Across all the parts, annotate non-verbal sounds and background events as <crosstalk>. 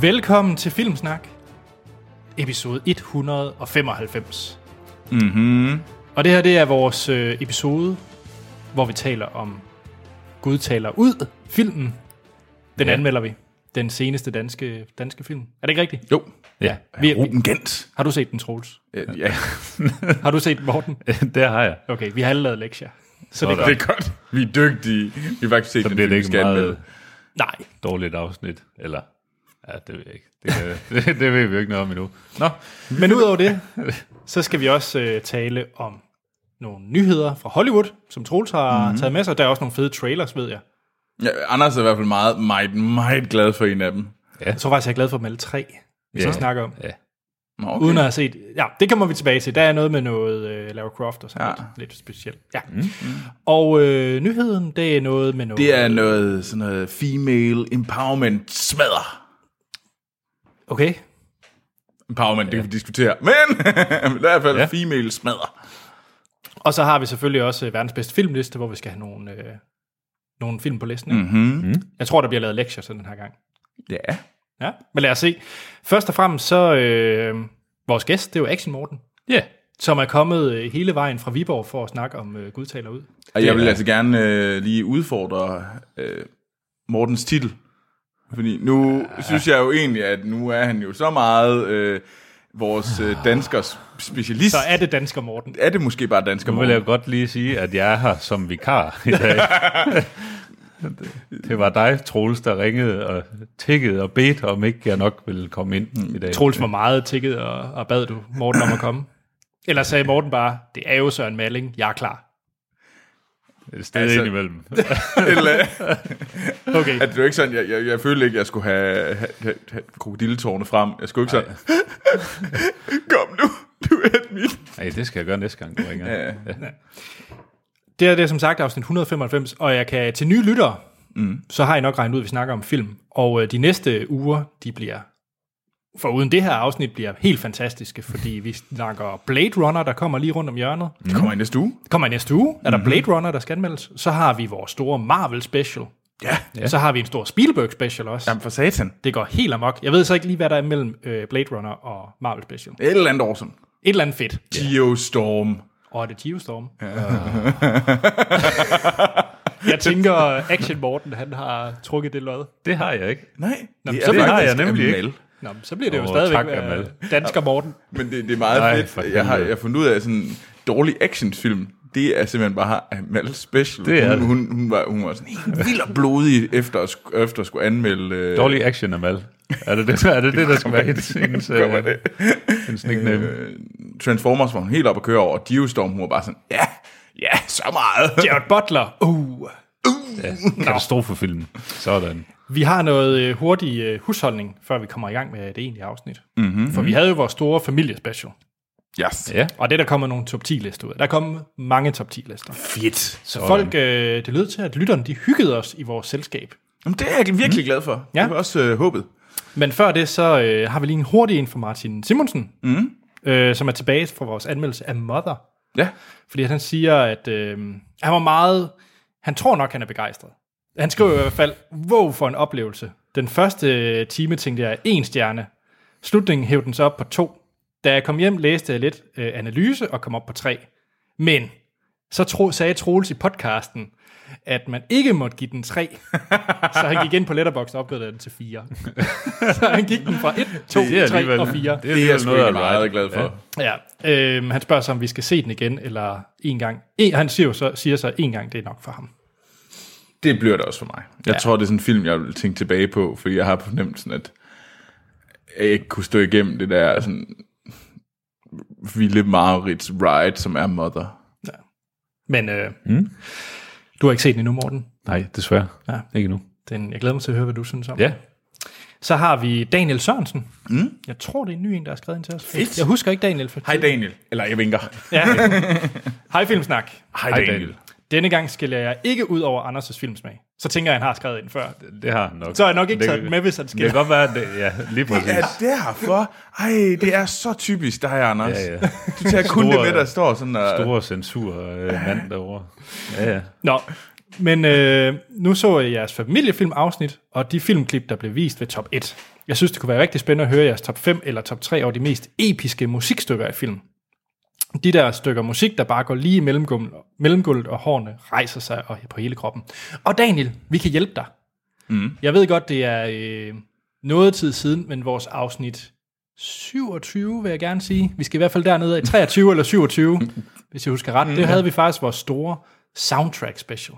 Velkommen til Filmsnak, episode 195. Mm-hmm. Og det her, det er vores øh, episode, hvor vi taler om Gud taler ud, filmen. Den Ja. ja. anmelder vi. Den seneste danske, danske film. Er det ikke rigtigt? Jo. Ja. Vi- Vi, Ruben Gent. Har du set den, Troels? Øh, <laughs> Ja, Har du set Morten? det har jeg. Okay, vi har alle lavet lektier. Så det Sådan. er det godt. er godt. Vi er dygtige. Vi har faktisk set Så den bliver det film, vi ikke skal anmelde. meget Nej, dårligt afsnit, eller... Ja, det ved jeg ikke. Det, kan, det, det ved vi jo ikke noget om endnu. Nå, men udover det, så skal vi også øh, tale om nogle nyheder fra Hollywood, som Troels har mm-hmm. taget med sig. Der er også nogle fede trailers, ved jeg. Ja, Anders er i hvert fald meget, meget, meget glad for en af dem. Jeg tror faktisk, jeg er glad for dem alle tre, vi Ja. så snakker om. ja. Nå, okay. Uden at have set... Ja, det kommer vi tilbage til. Der er noget med noget øh, Lara Croft og sådan ja. Ja. lidt, lidt specielt. Ja. Mm. Og øh, nyheden, det er noget med noget... Det er noget sådan noget female empowerment smadder. Okay. Empowerment, det kan vi diskutere. Men <laughs> i hvert fald Ja. female smadder. Og så har vi selvfølgelig også øh, verdens bedste filmliste, hvor vi skal have nogle, øh, nogle film på listen. Mm. Mm-hmm. Jeg tror, der bliver lavet lektier sådan den her gang. Ja. Ja, men lad os se. Først og fremmest så... Øh, vores gæst, det er jo Action Morten, Ja, som er kommet øh, hele vejen fra Viborg for at snakke om øh, Gud taler ud. Og jeg vil er- altså gerne øh, lige udfordre øh, Mortens titel. Fordi nu ja. synes jeg jo egentlig, at nu er han jo så meget øh, vores øh, danskers specialist. Så er det dansker Morten. er det måske bare dansker nu vil jeg Morten? godt lige sige, at jeg er her som vikar i <laughs> dag. Det var dig, Troels, der ringede og tikkede og bedte, om ikke jeg nok ville komme ind i dag. Troels var meget tækket og, og bad du Morten om at komme. Eller sagde Morten bare, det er jo Søren Malling, jeg er klar. Et sted Altså- altså, indimellem. Eller- Okay, At det var ikke sådan, jeg, jeg, jeg følte ikke, jeg skulle have, have, have, have krokodilletårne frem. Jeg skulle ikke sådan, kom nu, du er mit. Ej, det skal jeg gøre næste gang, du ringer. Ja. Ja. det her det er som sagt afsnit 195, og jeg kan til nye lyttere, mm. så har I nok regnet ud, at vi snakker om film. Og øh, de næste uger, de bliver, for uden det her afsnit, bliver helt fantastiske, fordi vi snakker Blade Runner, der kommer lige rundt om hjørnet. Det kommer i næste uge. Kommer i næste uge, er der Blade Runner, der skal anmeldes. Så har vi vores store Marvel special. Ja, Ja. Så har vi en stor Spielberg special også. jamen for satan. Det går helt amok. Jeg ved så ikke lige, hvad der er mellem øh, Blade Runner og Marvel special. Et eller andet år sådan. Et eller andet fedt. Geostorm. Og er det Geostorm? Ja. jeg tænker, Action Morten, han har trukket det lod. Det har jeg ikke. Nej, Nå, så det har jeg nemlig ikke. Nå, men så bliver det jo Åh, stadigvæk tak, øh, Amal. dansker Morten. Men det, det er meget Nej, Nej, for fedt. Jeg har, jeg helvede. har fundet ud af, at sådan en dårlig actionfilm, det er simpelthen bare Amal Special. Det er hun, det. hun, hun, var, hun var sådan helt vild og blodig efter at, sk- efter at skulle anmelde... Øh, Dårlig action, Amal. Er det det, er det, det der skal være hendes, hendes, øh, Kommer det. hendes nickname? øh, Transformers var hun helt op at køre over, og Geostorm, hun var bare sådan, ja, ja, så meget. Jared Butler. Uh. Katastrofefilm. Sådan. Vi har noget øh, hurtig øh, husholdning, før vi kommer i gang med det egentlige afsnit. Mhm, Mm-hmm. For vi havde jo vores store familiespecial. Yes. Ja. Og det, der kommer nogle top 10 lister ud. af. Der kom mange top 10 lister. Fedt. Så folk, øh, det lød til, at lytterne, de hyggede os i vores selskab. Jamen, det er jeg virkelig glad for. Ja. Det var også øh, håbet. Men før det, så øh, har vi lige en hurtig en fra Martin Simonsen, mm. øh, som er tilbage fra vores anmeldelse af Mother. Ja. Fordi han siger, at øh, han var meget... Han tror nok, han er begejstret. Han skriver i hvert fald, wow for en oplevelse. Den første øh, time tænkte jeg, en stjerne. Slutningen hævde den så op på to. Da jeg kom hjem, læste jeg lidt øh, analyse og kom op på tre. Men så tro, sagde Troels i podcasten, at man ikke måtte give den tre. så han gik ind på Letterboxd og opgraderede den til fire. <laughs> så han gik den fra et, to, tre og fire. Det er, Det er jeg alligevel sgu noget, ikke at meget være- glad for. Ja. Ja, øhm, han spørger så, om vi skal se den igen, eller en gang. En, han siger jo så, siger så en gang, det er nok for ham. Det bliver det også for mig. Jeg Ja. ja. tror, det er sådan en film, jeg vil tænke tilbage på, fordi jeg har på fornemmelsen, at jeg ikke kunne stå igennem det der sådan vilde Marits ride, som er Mother. Men øh, mm. du har ikke set den endnu, Morten. Nej, desværre. Ja. Ja. Ikke nu. Den, jeg glæder mig til at høre, hvad du synes om. Ja. Så har vi Daniel Sørensen. Mm. Jeg tror, det er en ny en, der har skrevet ind til os. Fedt. Jeg husker ikke Daniel. For... Hej Daniel. Eller jeg vinker. Ja. <laughs> Hej Filmsnak. Hej Hej, Daniel. Daniel. Denne gang skiller jeg ikke ud over Anders' filmsmag. Så tænker jeg, han har skrevet ind før. Det har han nok. Så har jeg nok ikke det, taget den med, hvis han Det kan skiller. godt være, at det, ja, lige præcis. Ja, derfor. Ej, det er så typisk dig, Anders. Ja, ja. <laughs> Du tager kun Store- det med, der står sådan og... Store censur øh, mand derovre. Ja, ja. Nå, Men øh, nu så jeg jeres familiefilmafsnit, og de filmklip, der blev vist ved top 1. Jeg synes, det kunne være rigtig spændende at høre jeres top 5 eller top 3 over de mest episke musikstykker i film. De der stykker musik, der bare går lige i mellemgulvet, mellemgulvet og hårene rejser sig og på hele kroppen. Og Daniel, vi kan hjælpe dig. Mm. Jeg ved godt, det er øh, noget tid siden, men vores afsnit 27, vil jeg gerne sige. Vi skal i hvert fald dernede i 23 eller <laughs> 27, hvis jeg husker ret. Mm, Det havde vi faktisk vores store soundtrack special.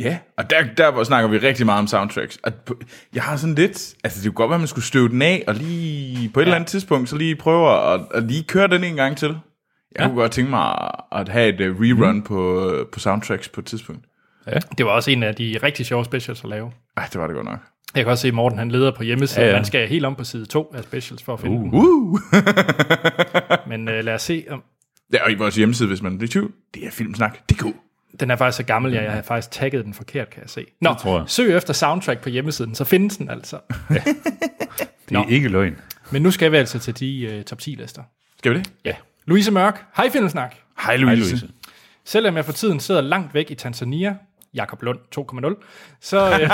Ja, og der, der hvor snakker vi rigtig meget om soundtracks. Og på- jeg har sådan lidt... Altså, det kunne godt være, at man skulle støve den af, og lige på et ja. eller andet tidspunkt, så lige prøve at, at lige køre den en gang til. Jeg ja. kunne godt tænke mig at have et øh, rerun mm. på, øh, på soundtracks på et tidspunkt. Det var også en af de rigtig sjove specials at lave. Ej, det var det godt nok. Jeg kan også se, at Morten han leder på hjemmesiden. Ja, Ja, ja. ja. Man skal helt om på side 2 af specials for at finde uh. Uh-huh. Uh! Men øh, lad os se. Om, Ja, og i vores hjemmeside, hvis man er i tvivl, det er filmsnak. Det er god. den er faktisk så gammel, jeg, jeg har faktisk tagget den forkert, kan jeg se. Nå, tror jeg. søg efter soundtrack på hjemmesiden, så findes den altså. Det er ikke løgn. Men nu skal vi altså til de øh, top 10-lister. Skal vi det? Ja. Louise Mørk, hej Filmsnak. Hej Louise. Hej, Louise. Selvom jeg for tiden sidder langt væk i Tanzania, Jakob Lund 2.0, så... Øh,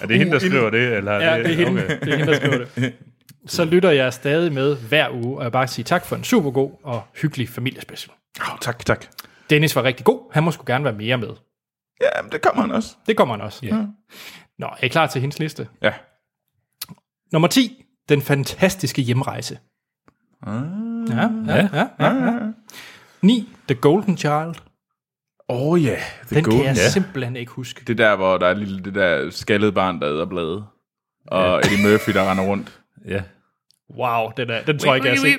Er det hende, der skriver det? Eller Uh-huh. Ja, det er hende, Øh, okay. det er hende der skriver det. <laughs> Så lytter jeg stadig med hver uge, og jeg vil bare sige tak for en super god og hyggelig familiespecial. Oh, tak, tak. Dennis var rigtig god, han må skulle gerne være mere med. Ja, men det kommer han også. Det kommer han også. Yeah. Nå, er I klar til hendes liste? Ja. Nummer 10, Den fantastiske hjemrejse. Ah, ja, ja, ja, ja, ja. 9, The Golden Child. Åh oh, ja, yeah. Den kan jeg ja. simpelthen ikke huske. Det er der, hvor der er lille, det der skaldede barn, der æder blade. Og Eddie Murphy, der render rundt. Ja. Wow, den, er, den tror jeg ikke, jeg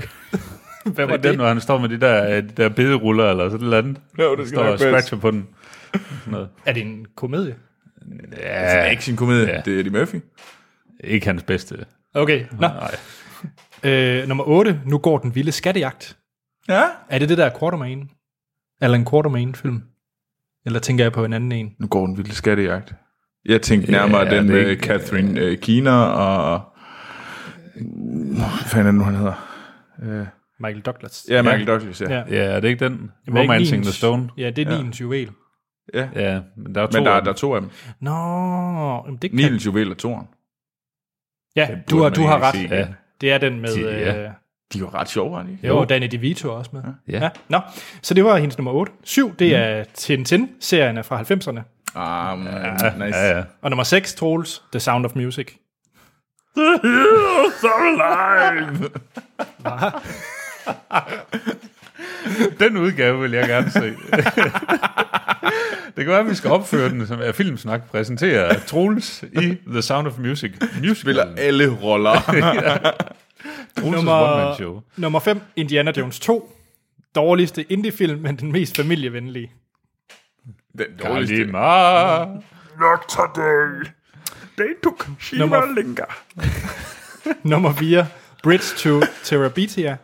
har set. Hvad var Og den, det? hvor han står med de der, øh, de der bederuller eller sådan noget andet. Jo, det Han skal står nok og passe. scratcher på den. Sådan noget. Er det en komedie? Altså, Ja. Ja, ikke, Action-komedie, ja. Ja. det er Eddie Murphy. ikke hans bedste. Okay, nå. Nej. Øh, nummer 8, Nu går den vilde skattejagt. Ja. Er det det der Quartermain? Eller en Quartermain-film? Eller tænker jeg på en anden en? Nu går den vilde skattejagt. Jeg tænkte nærmere Ja, den det er med ikke- Catherine øh, Keener og... Nå, Hvad fanden er det nu, han hedder? Michael Douglas. Ja, Michael ja. Douglas, ja. Ja. ja. Ja, er det ikke den? Var ikke Romancing the niens- Stone. Ja, det er ja. Nilens juvel. Ja, men der er to. Men der, er- af der er dem. to af dem. Nå, jamen det kan... Nilens Juvel og Toren. Ja, du burde har, man du har ikke ret. sige. Ja. Ja. Det er den med... Ja. Øh, De var ret sjove, var de? ikke? jo, Danny DeVito er også med. Ja. Nå, så det var hendes nummer 8. 7, det er Tintin-serien er fra 90'erne. Ah, Ja, nice. ja, ja. Og nummer 6, Troels, The Sound of Music. Den udgave vil jeg gerne se. det kan være, at vi skal opføre den, som er Filmsnak præsenterer Troels i The Sound of Music. Spiller Musical. alle roller. Troels' Nummer, one show. nummer 5, Indiana Jones 2. Dårligste indie-film, men den mest familievenlige. Den dårligste. Kalima. Dr. Day. They took Nummer- Linga. Nummer 4, Bridge to Terabithia.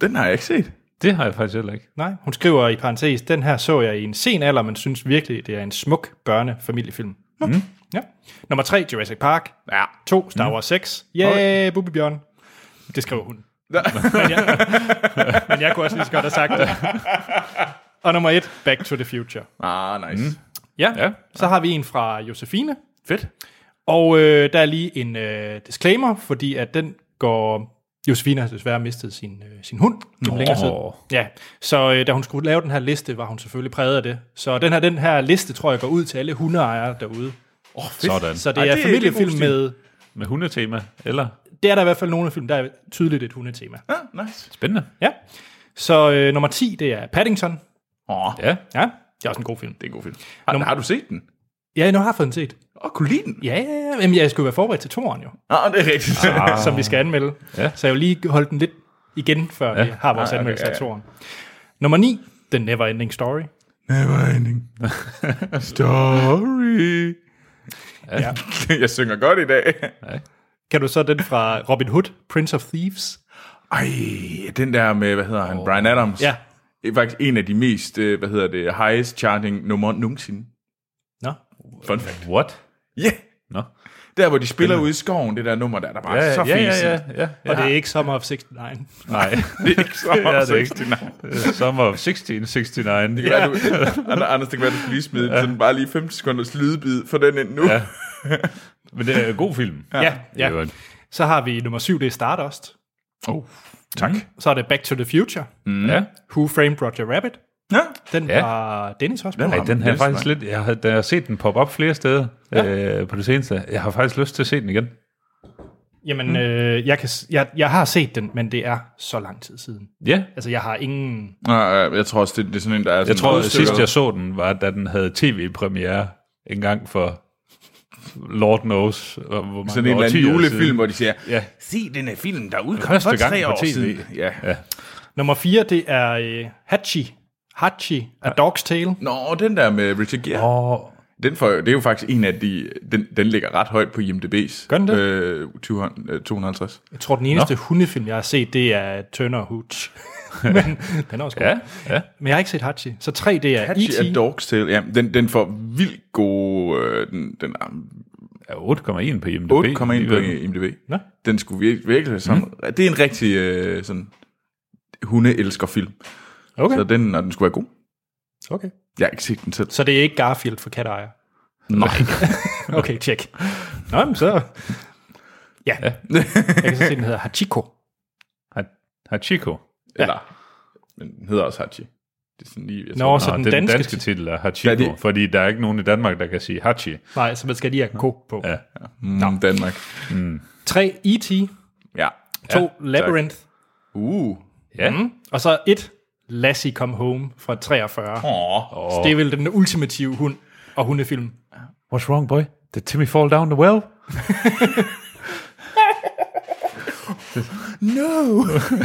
Den har jeg ikke set. Det har jeg faktisk heller ikke. Nej, hun skriver i parentes, den her så jeg i en sen alder, men synes virkelig, det er en smuk børnefamiliefilm. Mm. Ja. Nummer 3, Jurassic Park. Ja. 2, Star Wars 6. Yeah, okay. Bubi Bjørn. Det skriver hun. men, jeg, <laughs> men jeg kunne også lige så godt have sagt det. Og nummer 1, Back to the Future. Ah, nice. Mm. Ja, ja. Ja. så har vi en fra Josefine. Fedt. Og øh, der er lige en øh, disclaimer, fordi at den går... Josefine har desværre mistet sin, øh, sin hund gennem længere tid. Åh. Ja, så øh, da hun skulle lave den her liste, var hun selvfølgelig præget af det. Så den her, den her liste, tror jeg, går ud til alle hundeejere derude. Sådan. Så det Ej, er det er familiefilm god stil. med... Med hundetema, eller? Det er der i hvert fald nogle af film, der er tydeligt et hundetema. Ah, nice. Spændende. Ja. Så øh, nummer 10, det er Paddington. Åh, Ja. Ja, det er også en god film. det er en god film. Har, Nummer- har du set den? Ja, nu har jeg fået den set. Åh, oh, kunne lide den? Ja, ja, ja. Jamen, jeg skulle være forberedt til toeren jo, Ah, det er rigtigt. ah. som vi skal anmelde. Ja. Så jeg vil lige holde den lidt igen, før ja. vi har vores Ah, okay, anmeldelse ja, af ja. toeren. Nummer 9, The Neverending Story. Never ending. Story. Ja. <laughs> jeg synger godt i dag. Kan du så den fra Robin Hood, Prince of Thieves? Ej, den der med, hvad hedder han, oh. Brian Adams. Ja. Det er faktisk en af de mest, øh, hvad hedder det, highest charting nummer nogensinde. Nå, Fun fact. What? Ja, yeah. Nå. Der, hvor de spiller ude i skoven, det der nummer der, der er bare ja, så ja, ja, fæsigt. ja, <laughs> ja, ja. Og det er ikke Summer of 69. Nej, Det er <laughs> ikke så det er det ikke. 69. Summer of 1669. Ja. Du, Anders, det kan være, du skal lige smide ja. sådan bare lige 15 sekunders lydbid for den ind nu. Ja. Ja. Men det er en god film. Ja, Det ja. var en- Så har vi nummer syv, det er Stardust. Oh, tak. Så er det Back to the Future. Mm. ja. Who Framed Roger Rabbit? Ja. Den Ja. var Dennis også på. Den Ej, var- den har jeg Nielsen, faktisk lidt... Jeg har, jeg har set den poppe op flere steder ja. øh, på det seneste. Jeg har faktisk lyst til at se den igen. Jamen, øh, jeg, kan, s- jeg, jeg har set den, men det er så lang tid siden. Ja, Altså, jeg har ingen... Nå, øh, jeg tror også, det, det er sådan en, der er jeg sådan tror, noget at sidst stykker. jeg så den, var, da den havde tv-premiere en gang for Lord knows, øh, hvor mange Sådan en eller anden årtier julefilm, siden. hvor de siger, Ja. se den her film, der udkom Første for gang tre på år TV. siden. Ja. ja. Nummer fire, det er øh, Hachi. Hachi, A Dog's Tale. Nå, den der med Richard Gere. Og Den får, det er jo faktisk en af de... Den, den ligger ret højt på IMDb's. Gør den det? Øh, 20, øh, 250. Jeg tror, den eneste Nå. hundefilm, jeg har set, det er Turner Hooch. men den er også god. ja, ja. Men jeg har ikke set Hachi. Så tre, det er E Catchy E.T. A Dog's Tale. Ja, den, den får vildt gode... Øh, den, den er Ja, 8,1 på IMDb. 8,1 på alligevel. IMDb. Nå. Den skulle virkelig... virkelig som, mm. Det er en rigtig øh, sådan... Hunde-elsker film. Okay. Så den, og den skulle være god. okay. Jeg har ikke set den selv. Så det er ikke Garfield for katteejer. Nej. Okay, <laughs> tjek. Nå, men så... Ja. ja. jeg kan så se, den hedder Hachiko. Ha- Hachiko. Eller... Men den hedder også Hachi. Det er sådan lige... Jeg Nå, tror- så Nå, den, Ah, den danske... danske titel er Hachiko, Ja, det- fordi der er ikke nogen i Danmark, der kan sige Hachi. Nej, så man skal lige have en ko på. Ja. mm, Danmark. Tre, E.T. Ja. To Labyrinth. Uh. Ja. Mm. Og så et Lassie Come Home fra 43. Oh. Åh. Så det er vel den ultimative hund og hundefilm. What's wrong, boy? Did Timmy fall down the well? No.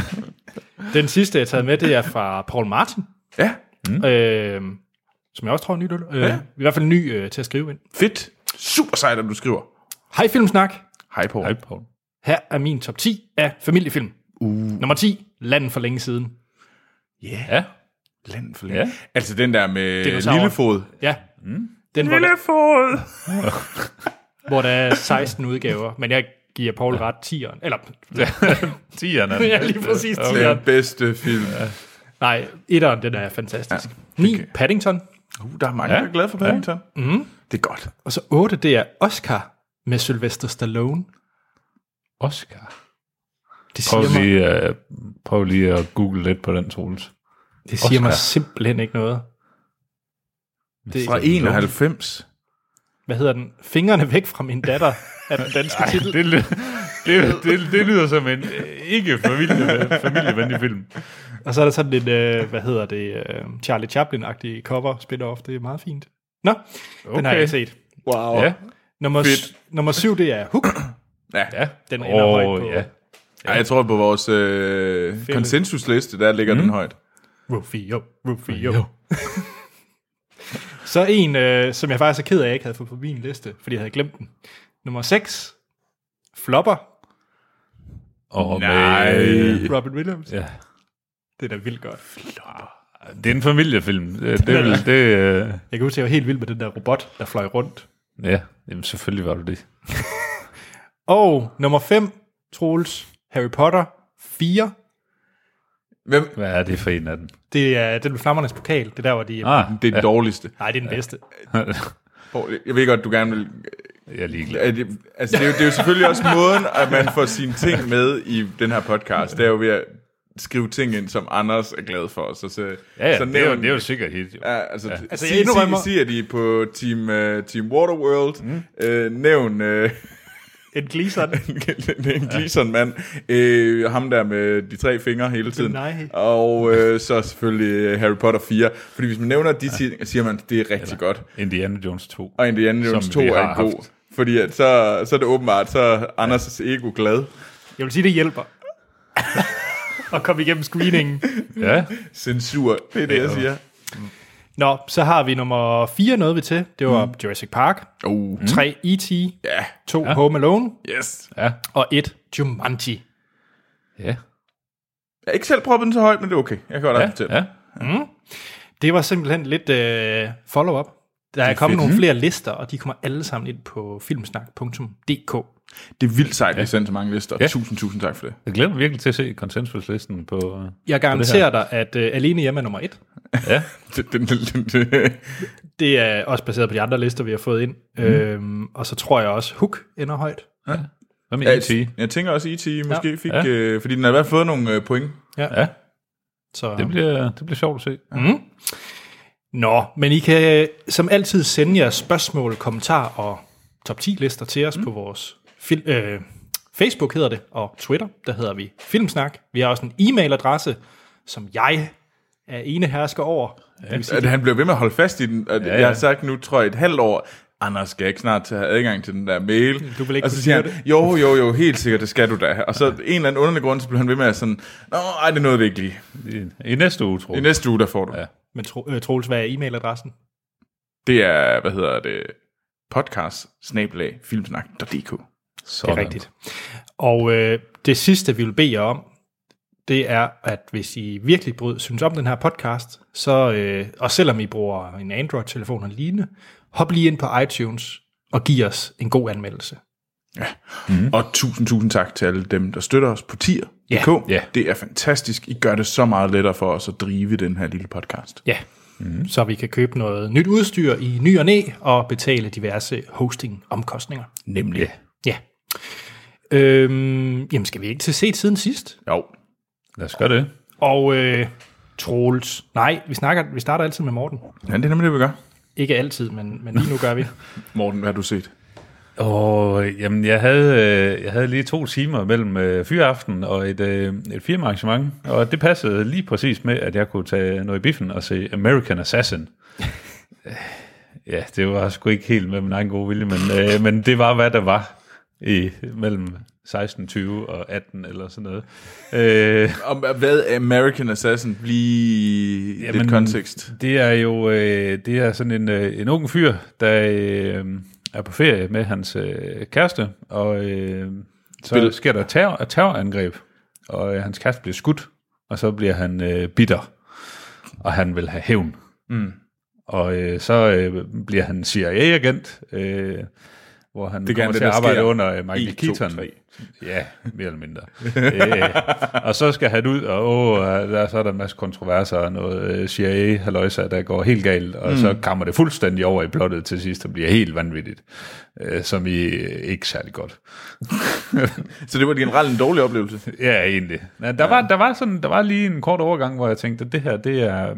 <laughs> Den sidste, jeg har taget med, det er fra Paul Martin, Ja. mm. øh, som jeg også tror er nyt øl. Øh, ja. I hvert fald ny øh, til at skrive ind. Fedt. Super sejt, at du skriver. Hej Filmsnak. Hej på. Hej, Paul. Her er min top 10 af familiefilm. Uh. Nummer 10, Landen for længe siden. Ja. Land for Ja. længe. Altså den der med Dinosaurer. Lillefod. Ja. Mm. Den, hvor, der, Lillefod. hvor der er 16 udgaver, men jeg giver Paul ret 10'eren. Eller, <laughs> Tieren <laughs> er ja, lige <laughs> præcis 10'eren. Den bedste film. Ja. Nej, 1'eren, den er fantastisk. Ja. 9, Paddington. Uh, der er mange, ja. der er glade for Paddington. Ja. Mm-hmm. Mm. Det er godt. Og så 8, det er Oscar med Sylvester Stallone. Oscar. Det Prøv siger, mig, lige, uh, prøv lige at google lidt på den, Troels. det siger mig Oscar. simpelthen ikke noget. Det, Fra 91. hvad hedder den? Fingrene væk fra min datter er den <laughs> danske titel. Det, ly- det, det, det lyder som en øh, ikke familie, familievenlig film. Og så er der sådan lidt, øh, hvad hedder det, øh, Charlie Chaplin-agtig cover spin-off. Det er meget fint. Nå, okay. den har jeg Okay. ikke set. Wow. Ja, Ja. Nummer, s- nummer syv, det er Hook. ja. ja. Den ender Åh, højt på. Ja. ja. jeg tror på vores øh, konsensusliste, der ligger mm. Mm-hmm. den højt. Rufio, Rufio. <laughs> så en, øh, som jeg faktisk er ked af, at jeg ikke havde fået på min liste, fordi jeg havde glemt den. Nummer 6, Flopper, Og Nej. Med, Robert Øh, Williams. ja. Det er da vildt godt. Det er en familiefilm. Det, det, vil, det, øh, Jeg kan huske, at jeg var helt vild med den der robot, der fløj rundt. ja, jamen selvfølgelig var du det. Og nummer 5, Troels, Harry Potter 4. Hvem? Hvad er det for en af dem? Det er den med flammernes pokal. Det er der, hvor de... Ah, <laughs> Det er den dårligste. Nej, det er den bedste. Paul, Jeg ved godt, du gerne vil... jeg er ligeglad. Er det, altså, det, er jo, det er jo selvfølgelig også måden, at man får sine ting med i den her podcast. Det er jo ved at skrive ting ind, som Anders er glad for. Så, så, Ja, ja så det, er jo, nævn- det er jo sikkert hit. Jo. Ja, altså, ja. altså Altså, sig, jeg indrømmer- sig, sig, at I er på Team, uh, team Waterworld. Mm. Øh, nævn øh, <laughs> En gliseren. en Gleason mand. Øh, ham der med de tre fingre hele tiden. Nej. Og øh, så selvfølgelig øh, Harry Potter 4. Fordi hvis man nævner de ti, siger man, det er rigtig godt. Indiana Jones 2. Og Indiana Jones Som 2 vi er har en god. haft. Fordi at så, så er det åbenbart, så er Anders' ego glad. Jeg vil sige, det hjælper. <laughs> Og komme igennem screeningen. Ja, Censur, det er det, jeg siger. Nå, så har vi nummer 4 noget vi til. Det var mm. Jurassic Park. Oh, 3 E.T. ja. 2 Home Alone. Yes. ja, Og 1 Jumanji. ja. Jeg har ikke selv proppet den så højt, men det er okay. Jeg kan godt Ja, acceptere ja, ja. Det var simpelthen lidt øh, follow-up Der er, er kommet fedt, nogle hmm? flere lister, og de kommer alle sammen ind på filmsnak.dk. Det er vildt sejt, at I sendte så mange lister. Ja. Tusind, tusind tak for det. Jeg glæder mig virkelig til at se konsensuslisten på... øh, Jeg garanterer dig, at øh, alene hjemme er nummer et. Ja, Det, det, det, det. Det er også baseret på de andre lister, vi har fået ind. Mm. Øhm, og så tror jeg også, Hook ender højt. hvad med E Jeg, IT? jeg tænker også, at IT måske fik... Ja. Øh, fordi den har i hvert fald fået nogle øh, point. Ja, Så. det bliver, det bliver sjovt at se. Mm. Nå, men I kan øh, som altid sende jer spørgsmål, kommentarer og top 10 lister til os mm. på vores fil- øh, Facebook hedder det, og Twitter, der hedder vi Filmsnak. Vi har også en e-mailadresse, som jeg er ene hersker over. Det vil sige, At han bliver ved med at holde fast i den. Og ja, ja. Jeg har sagt nu, tror jeg, et halvt år, Anders skal jeg ikke snart til at have adgang til den der mail. Du vil ikke og så kunne siger styre han, jo, jo, jo, helt sikkert, det skal du da. Og så en eller anden underlig grund, så bliver han ved med at sådan, Nå, ej, det nåede vi ikke lige. I, i næste uge, tror I jeg. næste uge, der får du. Ja. men tro, øh, Troels, hvad er e-mailadressen? Det er, hvad hedder det, podcast snablag filmsnak.dk. Det er rigtigt. Og øh, det sidste, vi vil bede jer om, det er, at hvis I virkelig bryd, synes om den her podcast, så, øh, og selvom I bruger en Android-telefon og lignende, hop lige ind på iTunes og giv os en god anmeldelse. Og tusind, tusind tak til alle dem, der støtter os på tier.dk. Ja. Ja. Det er fantastisk. I gør det så meget lettere for os at drive den her lille podcast. Ja, mm-hmm. så vi kan købe noget nyt udstyr i ny og næ og betale diverse hosting-omkostninger. Nemlig. Yeah. Ja. Øhm, jamen, skal vi ikke til set siden sidst? Jo. Lad os gøre det. Og øh, Troels, nej, vi, snakker, vi starter altid med Morten. Ja, det er nemlig det, vi gør. Ikke altid, men, men lige nu gør vi. Morten, hvad har du set? Og jamen, jeg havde, øh, jeg havde lige to timer mellem øh, fyraften og et, øh, et firmaarrangement, og det passede lige præcis med, at jeg kunne tage noget i biffen og se American <laughs> Assassin. Øh, ja, det var sgu ikke helt med min egen gode vilje, men, øh, men det var, hvad der var i, mellem 16.20 og 18 eller sådan noget. Øh, Om, hvad er American Assassin? Lige Jamen, lidt kontekst. Det er jo øh, det er sådan en, øh, en ung fyr, der øh, er på ferie med hans øh, kæreste, og øh, så Spil- sker der et terror, et terrorangreb, og øh, hans kæreste bliver skudt, og så bliver han øh, bitter, og han vil have hævn. Mm. Og øh, så øh, bliver han CIA-agent, øh, hvor han Det det kan kommer det, til at der arbejde sker. under øh, Michael 1, 2, Keaton. 3. Ja, mere eller mindre. øh, og så skal han ud, og åh, øh, der, så er der en masse kontroverser og noget øh, cia halløjsa der går helt galt, og mm. så kommer det fuldstændig over i plottet til sidst, og bliver helt vanvittigt, øh, som I øh, ikke særlig godt. <laughs> Så det var generelt en dårlig oplevelse. Ja, egentlig. Ja, der, var, der, var sådan, der var lige en kort overgang, hvor jeg tænkte, at det her, det er...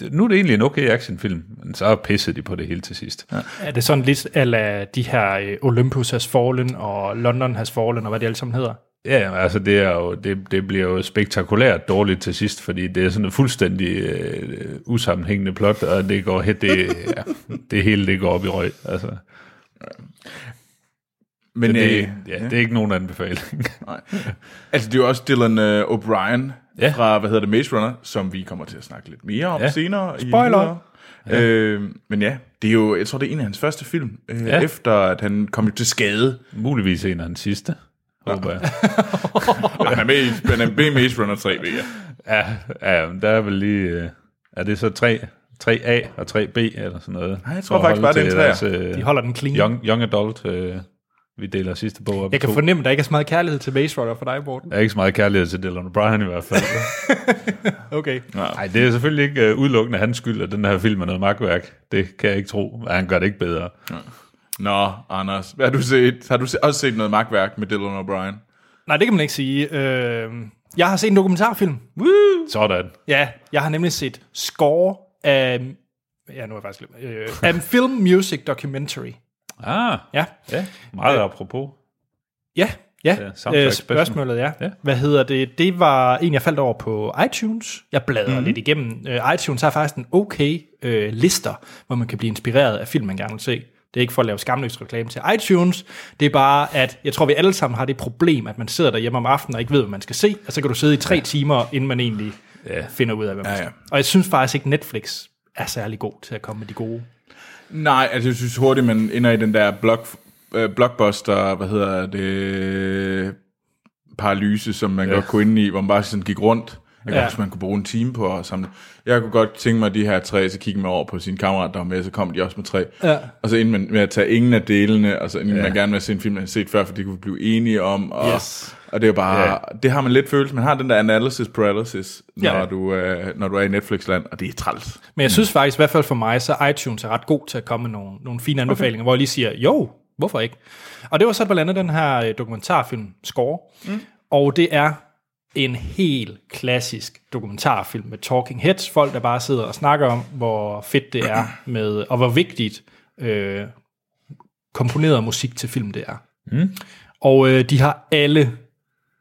det- Nu er det egentlig en okay actionfilm, men så pissede de på det hele til sidst. Ja. Er det sådan lidt ala de her øh, Olympus has fallen og London has fallen og hvad det alle sammen hedder? Ja, men altså det, er jo, det, det bliver jo spektakulært dårligt til sidst, fordi det er sådan en fuldstændig øh, usammenhængende plot, og det går he- det, ja, det hele det går op i røg. Altså, Men det, det, øh, ja, det er ikke nogen anbefaling. <laughs> nej. Altså, det er jo også Dylan øh, O'Brien ja. Ja. fra, hvad hedder det, Maze Runner, som vi kommer til at snakke lidt mere om ja. Ja. senere. i Spoiler! videre. Øh, men ja, det er jo, jeg tror, det er en af hans første film, øh, ja. Ja. efter at han kom jo til skade. Muligvis en af den sidste, håber jeg. Han er med i han er med i Maze Runner 3, ved jeg. Ja, ja men der er vel lige... Øh, er det så 3, 3A og 3B eller sådan noget? Nej, jeg For tror at faktisk holde bare, det er til en deres, De øh, holder den clean. young, young Adult, øh, vi deler sidste bog op i Jeg kan to. fornemme, at der ikke er så meget kærlighed til Maze Runner for dig, Morten. Der er ikke så meget kærlighed til Dylan O'Brien i hvert fald. Okay. Nej, det er selvfølgelig ikke øh, udelukkende hans skyld, at den her film er noget magtværk. Det kan jeg ikke tro. og Han gør det ikke bedre. Nå, Anders, hvad har du set? Har du se, også set noget magtværk med Dylan O'Brien? Nej, det kan man ikke sige. Øh, jeg har set en dokumentarfilm. Woo! Sådan. Ja, jeg har nemlig set Score af... Ja, nu er jeg faktisk glemt. Øh, af en film music documentary. Ah, Ja, ja. Meget apropos. ja, ja. Ja, ja soundtrack øh, special. spørgsmålet er, ja. Ja. hvad hedder det? Det var en, jeg faldt over på iTunes. Jeg bladrer mm-hmm. lidt igennem. Øh, iTunes har faktisk en okay øh, lister, hvor man kan blive inspireret af film, man gerne vil se. Det er ikke for at lave skamløs reklame til iTunes. Det er bare, at jeg tror, vi alle sammen har det problem, at man sidder derhjemme om aftenen og ikke ved, hvad man skal se, og så kan du sidde i tre timer, inden man egentlig ja. finder ud af, hvad man Ja, skal. ja. Og jeg synes faktisk ikke, Netflix er særlig god til at komme med de gode. Nej, altså jeg synes hurtigt, man ender i den der block, øh, blockbuster, hvad hedder det, paralyse, som man ja. godt kunne ind i, hvor man bare sådan gik rundt. Jeg kan Ja. ja. man kunne bruge en time på at samle. Jeg kunne godt tænke mig de her tre, så kigge mig over på sin kammerat, der var med, så kom de også med tre. Ja. Og så endte man med at tage ingen af delene, og så endte ja. Ja. man gerne med at se en film, man har set før, for det kunne vi blive enige om. Og, Yes. og det er jo bare, Ja. det har man lidt følelse. Man har den der analysis paralysis, når, Ja. du, øh, når du er i Netflix-land, og det er træls. Men jeg synes faktisk, i hvert fald for mig, så iTunes er ret god til at komme med nogle, nogle fine anbefalinger, okay. hvor jeg lige siger, jo, hvorfor ikke? Og det var så blandt andet den her øh, dokumentarfilm, Score. Mm. Og det er en helt klassisk dokumentarfilm med talking heads, folk der bare sidder og snakker om, hvor fedt det <clears throat> er med, og hvor vigtigt øh, komponeret musik til film det er. Mm. Og øh, de har alle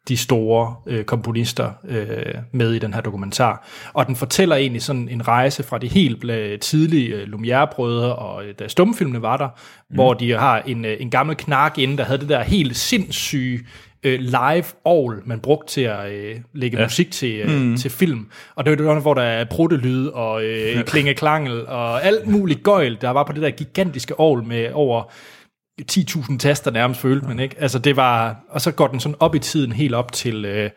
de store øh, komponister øh, med i den her dokumentar. Og den fortæller egentlig sådan en rejse fra de helt bla- tidlige øh, Lumière-brødre, og øh, da stumfilmene var der, mm. hvor de har en, øh, en gammel knark inde, der havde det der helt sindssyge øh, live ovl, man brugte til at øh, lægge ja. musik til, øh, mm. til film. Og det var det, hvor der er pruttelyde og øh, klingeklangel og alt muligt gøjl, der var på det der gigantiske ovl med over 10.000 taster nærmest følte man, ikke? Altså det var, og så går den sådan op i tiden helt op til øh,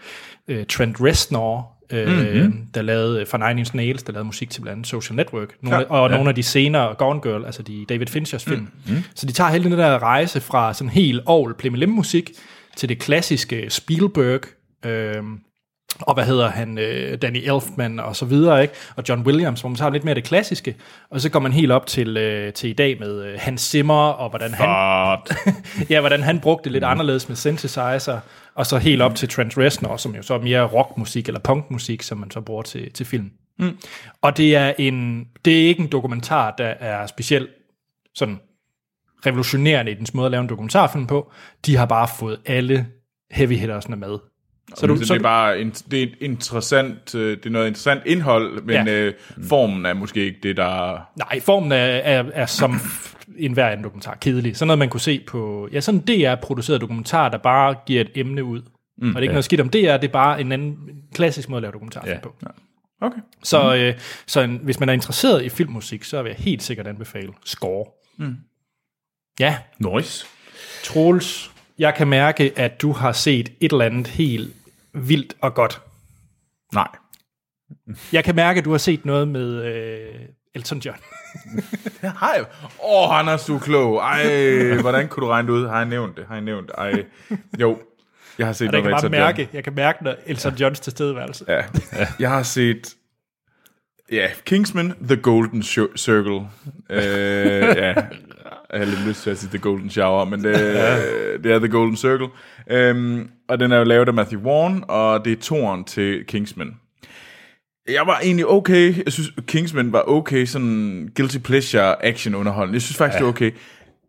øh, Trent Reznor, øh, mm-hmm. der lavede, fra Nine Inch Nails, der lavede musik til blandt andet Social Network, nogle, ja, og ja. nogle af de senere Gone Girl, altså de David Finchers film. Mm-hmm. Så de tager hele den der rejse fra sådan helt old plimmelem musik til det klassiske Spielberg, øh, og hvad hedder han, øh, Danny Elfman og så videre, ikke? og John Williams, hvor man tager lidt mere det klassiske, og så går man helt op til, øh, til i dag med øh, Hans Zimmer, og hvordan han, Og <laughs> ja, hvordan han brugte det lidt Mm. anderledes med synthesizer, og så helt op til Trent Reznor, som jo så er mere rockmusik eller punkmusik, som man så bruger til, til film. Mm. Og det er, en, det er ikke en dokumentar, der er specielt sådan revolutionerende i dens måde at lave en dokumentarfilm på. De har bare fået alle heavy hittersne med. Så, du, så, ligesom det er bare en, det er et interessant, øh, det er noget interessant indhold, men Ja. ja. øh, formen er måske ikke det, der... Nej, formen er, er, er som en hver anden dokumentar. Kedelig. Sådan noget, man kunne se på... Ja, sådan en DR-produceret dokumentar, der bare giver et emne ud. Mm, og det er ikke ja. noget skidt om DR, det er bare en anden en klassisk måde at lave dokumentar Ja. ja. på. Okay. Så, øh, så en, hvis man er interesseret i filmmusik, så vil jeg helt sikkert anbefale Score. Mm. Ja, Nice. Troels, jeg kan mærke, at du har set et eller andet helt vildt og godt. Nej. Jeg kan mærke, at du har set noget med øh, Elton John. Det har jeg. Åh, oh, Anders, du er klog. <laughs> Ej, hvordan kunne du regne det ud? Har jeg nævnt det? Har jeg nævnt det? Ej, jo. Jeg har set Jeg kan med bare Elton John. mærke, jeg kan mærke, når Elton Johns tilstedeværelse. Ja. <laughs> Jeg har set... Ja, Kingsman, The Golden Sh- Circle. Øh, ja. Jeg har lidt lyst til at sige The Golden Shower, men det, det er The Golden Circle. Øhm, og den er jo lavet af Matthew Vaughn, og det er toren til Kingsman. Jeg var egentlig okay. Jeg synes, Kingsman var okay, sådan guilty pleasure action underholdende. Jeg synes faktisk, ja. det var okay.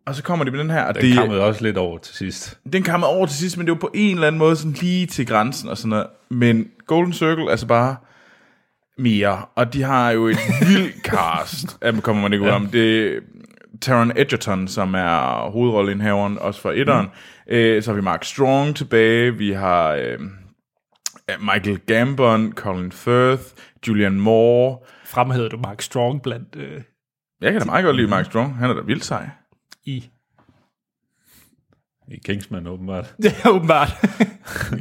Og så kommer de med den her, og Den det, kammede også lidt over til sidst. den kom over til sidst, men det var på en eller anden måde sådan lige til grænsen og sådan noget. Men Golden Circle, altså bare mere. Og de har jo et vildt cast. Jamen, kommer man ikke ud om. Det er Taron Edgerton, som er hovedrolleindhaveren, også fra etteren. Mm. Øh, så har vi Mark Strong tilbage. Vi har øh, Michael Gambon, Colin Firth, Julian Moore. fremhævede du Mark Strong blandt øh, Jeg kan da meget godt lide Mark Strong. Han er da vildt sej. i. <laughs> I Kingsman åbenbart. Det er åbenbart.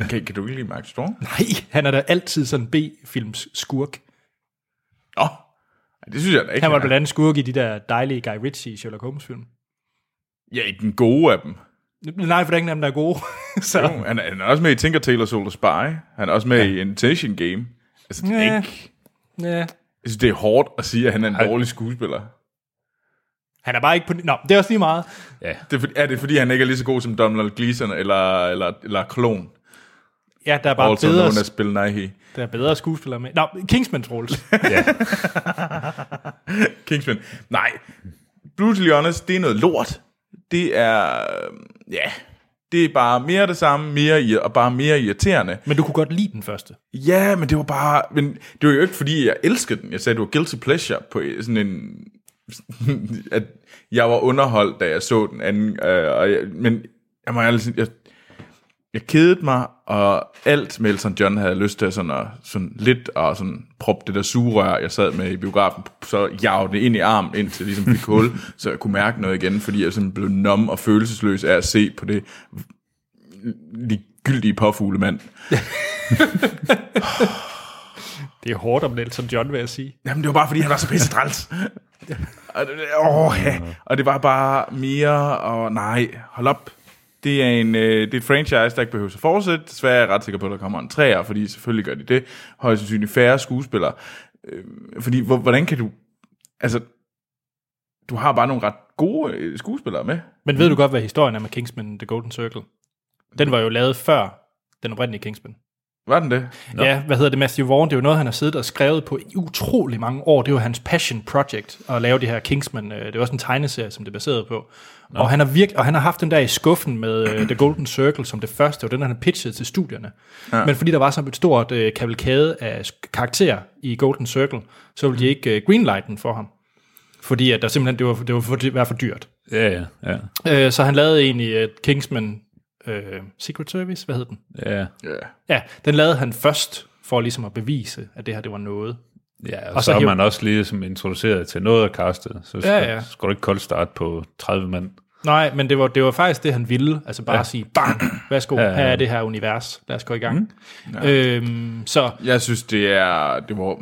Kan, kan du ikke lide Mark Strong? <laughs> Nej, han er da altid sådan B-films skurk. Nå, det synes jeg da ikke. Han var er. blandt andet skurk i de der dejlige Guy Ritchie Sherlock Holmes film. Ja, ikke den gode af dem. Nej, for der er ingen af dem, der er gode. <laughs> Så Jo, han, er, han er også med i Tinker Tailor Soldier Spy. Han er også med ja. i Intention Game. Altså, det er Ja. ikke... ja. Jeg synes, det er hårdt at sige, at han er en dårlig skuespiller. han er bare ikke på... Nå, det er også lige meget. Ja. Det er, fordi, er det, fordi han ikke er lige så god som Donald Gleeson eller, eller, eller Klon? Ja, der er bare Altså bedre, known as Bill Nighy. der er bedre skuespillere med. Nå, Kingsman <laughs> Trolls. ja. Kingsman. Nej. Brutally honest, det er noget lort. Det er... øh, Ja... Det er bare mere det samme, mere ir- og bare mere irriterende. Men du kunne godt lide den første. Ja, men det var bare... Men det var jo ikke, fordi jeg elskede den. Jeg sagde, det var guilty pleasure på sådan en... <laughs> at jeg var underholdt, da jeg så den anden. Øh, og jeg, men jeg må ærligt sige, jeg, jeg kedede mig, og alt med Elton John havde jeg lyst til sådan, at, sådan lidt og sådan proppe det der sugerør, jeg sad med i biografen, så jagede det ind i armen, indtil det ligesom fik hul, så jeg kunne mærke noget igen, fordi jeg sådan blev numb og følelsesløs af at se på det ligegyldige påfuglemand. Det er hårdt om Nelson John, vil jeg sige. Jamen, det var bare, fordi han var så pisse træls. <laughs> og, det- åh, ja. og det var bare mere, og nej, hold op. Det er, en, øh, det er et franchise, der ikke behøver at fortsætte. Desværre er jeg ret sikker på, at der kommer en træer, fordi selvfølgelig gør de det. Højst sandsynligt færre skuespillere. Øh, fordi, hvor, hvordan kan du... Altså, du har bare nogle ret gode øh, skuespillere med. Men ved du godt, hvad historien er med Kingsman The Golden Circle? Den var jo lavet før den oprindelige Kingsman. Var den det? Nå. Ja, hvad hedder det, Matthew Vaughn, det er jo noget, han har siddet og skrevet på i utrolig mange år. Det er jo hans passion project at lave det her Kingsman. øh, Det er også en tegneserie, som det er baseret på. Nå. Og han, har virke, og han har haft den der i skuffen med uh, The Golden Circle som det første, og den han har pitchet til studierne. Ja. Men fordi der var så et stort uh, kavalkade af sk- karakterer i Golden Circle, så ville de ikke uh, greenlight den for ham. Fordi at der simpelthen, det var, det var for, det var for dyrt. Ja, ja, ja. Øh, så han lavede egentlig uh, Kingsman uh, Secret Service, hvad hed den? ja. Ja. Yeah. Ja, den lavede han først for ligesom at bevise, at det her det var noget. ja og, Og og så så, er hiv- man også lige som introduceret til noget af castet, så skal, Ja, ja. skal du ikke kold start på 30 mand. Nej, men det var, det var faktisk det, han ville. Altså bare ja. at sige, bang, værsgo, ja, Ja, ja, ja. her er det her univers. Lad os gå i gang. Mm. Ja. Øhm, så Jeg synes, det er... Det var,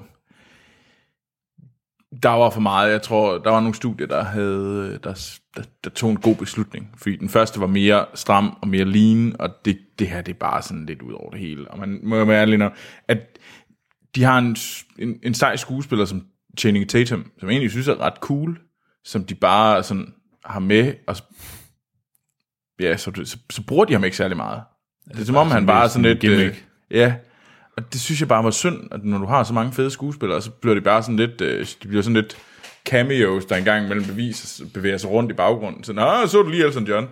der var for meget. Jeg tror, der var nogle studier, der, havde, der, der, der tog en god beslutning. Fordi den første var mere stram og mere lean, og det, det her det er bare sådan lidt ud over det hele. Og man må jo være ærlig nok, at de har en, en, en sej skuespiller som Channing Tatum, som jeg egentlig synes er ret cool, som de bare sådan har med, og s- ja, så, så, så bruger de ham ikke særlig meget. Det er som om, han bare er sådan sådan lidt... en gimmick. Øh, ja, og det synes jeg bare var synd, at når du har så mange fede skuespillere, så bliver det bare sådan lidt, øh, det bliver sådan lidt cameos, der engang imellem beviser, bevæger sig rundt i baggrunden. Så, Nå, så du lige Elton John.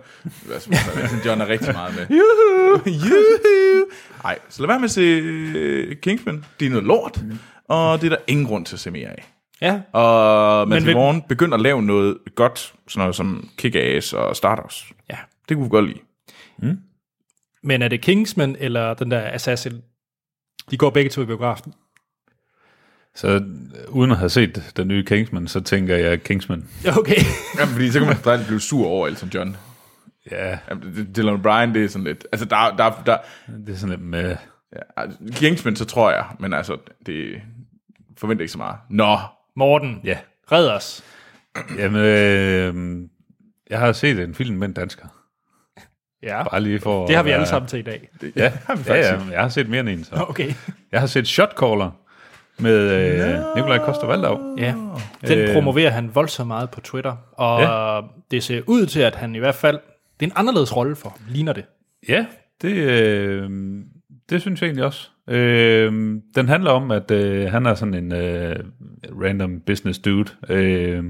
Altså, Elton John er rigtig meget med. <laughs> Juhu, juhu. Ej, så lad være med at se øh, Kingsman. Det er noget lort, og det er der ingen grund til at se mere af. ja, Og Matthew vil- Vaughn begynder at lave noget godt, sådan noget som Kick-Ass og Stardust. ja. Det kunne vi godt lide. Men er det Kingsman eller den der Assassin? De går begge to i biografen. <laughs> Så øh, uden at have set den nye Kingsman, så tænker jeg Kingsman. Okay. Jamen, fordi så kan man stadig blive sur over Elton John. Ja, Jamen, det- Dylan O'Brien, det er sådan lidt... Altså, der, der, der, det er sådan lidt med... Ja, altså, Kingsman, så tror jeg, men altså, det forventer ikke så meget. Nå, Morten, Ja, red os. jamen, øh, jeg har set en film med en dansker. Ja, øh, Bare lige for det har at vi være- alle sammen til i dag. <laughs> Ja, ja, faktisk. ja, jeg har set mere end en, så. Okay. Jeg har set Shotcaller med øh, Nikolaj Koster-Valdau. Ja, den øh, Øh. promoverer han voldsomt meget på Twitter, og ja. det ser ud til, at han i hvert fald, det er en anderledes rolle for ham, ligner det. Ja, det, øh, det synes jeg egentlig også. Øh, den handler om, at øh, han er sådan en øh, random business dude, øh,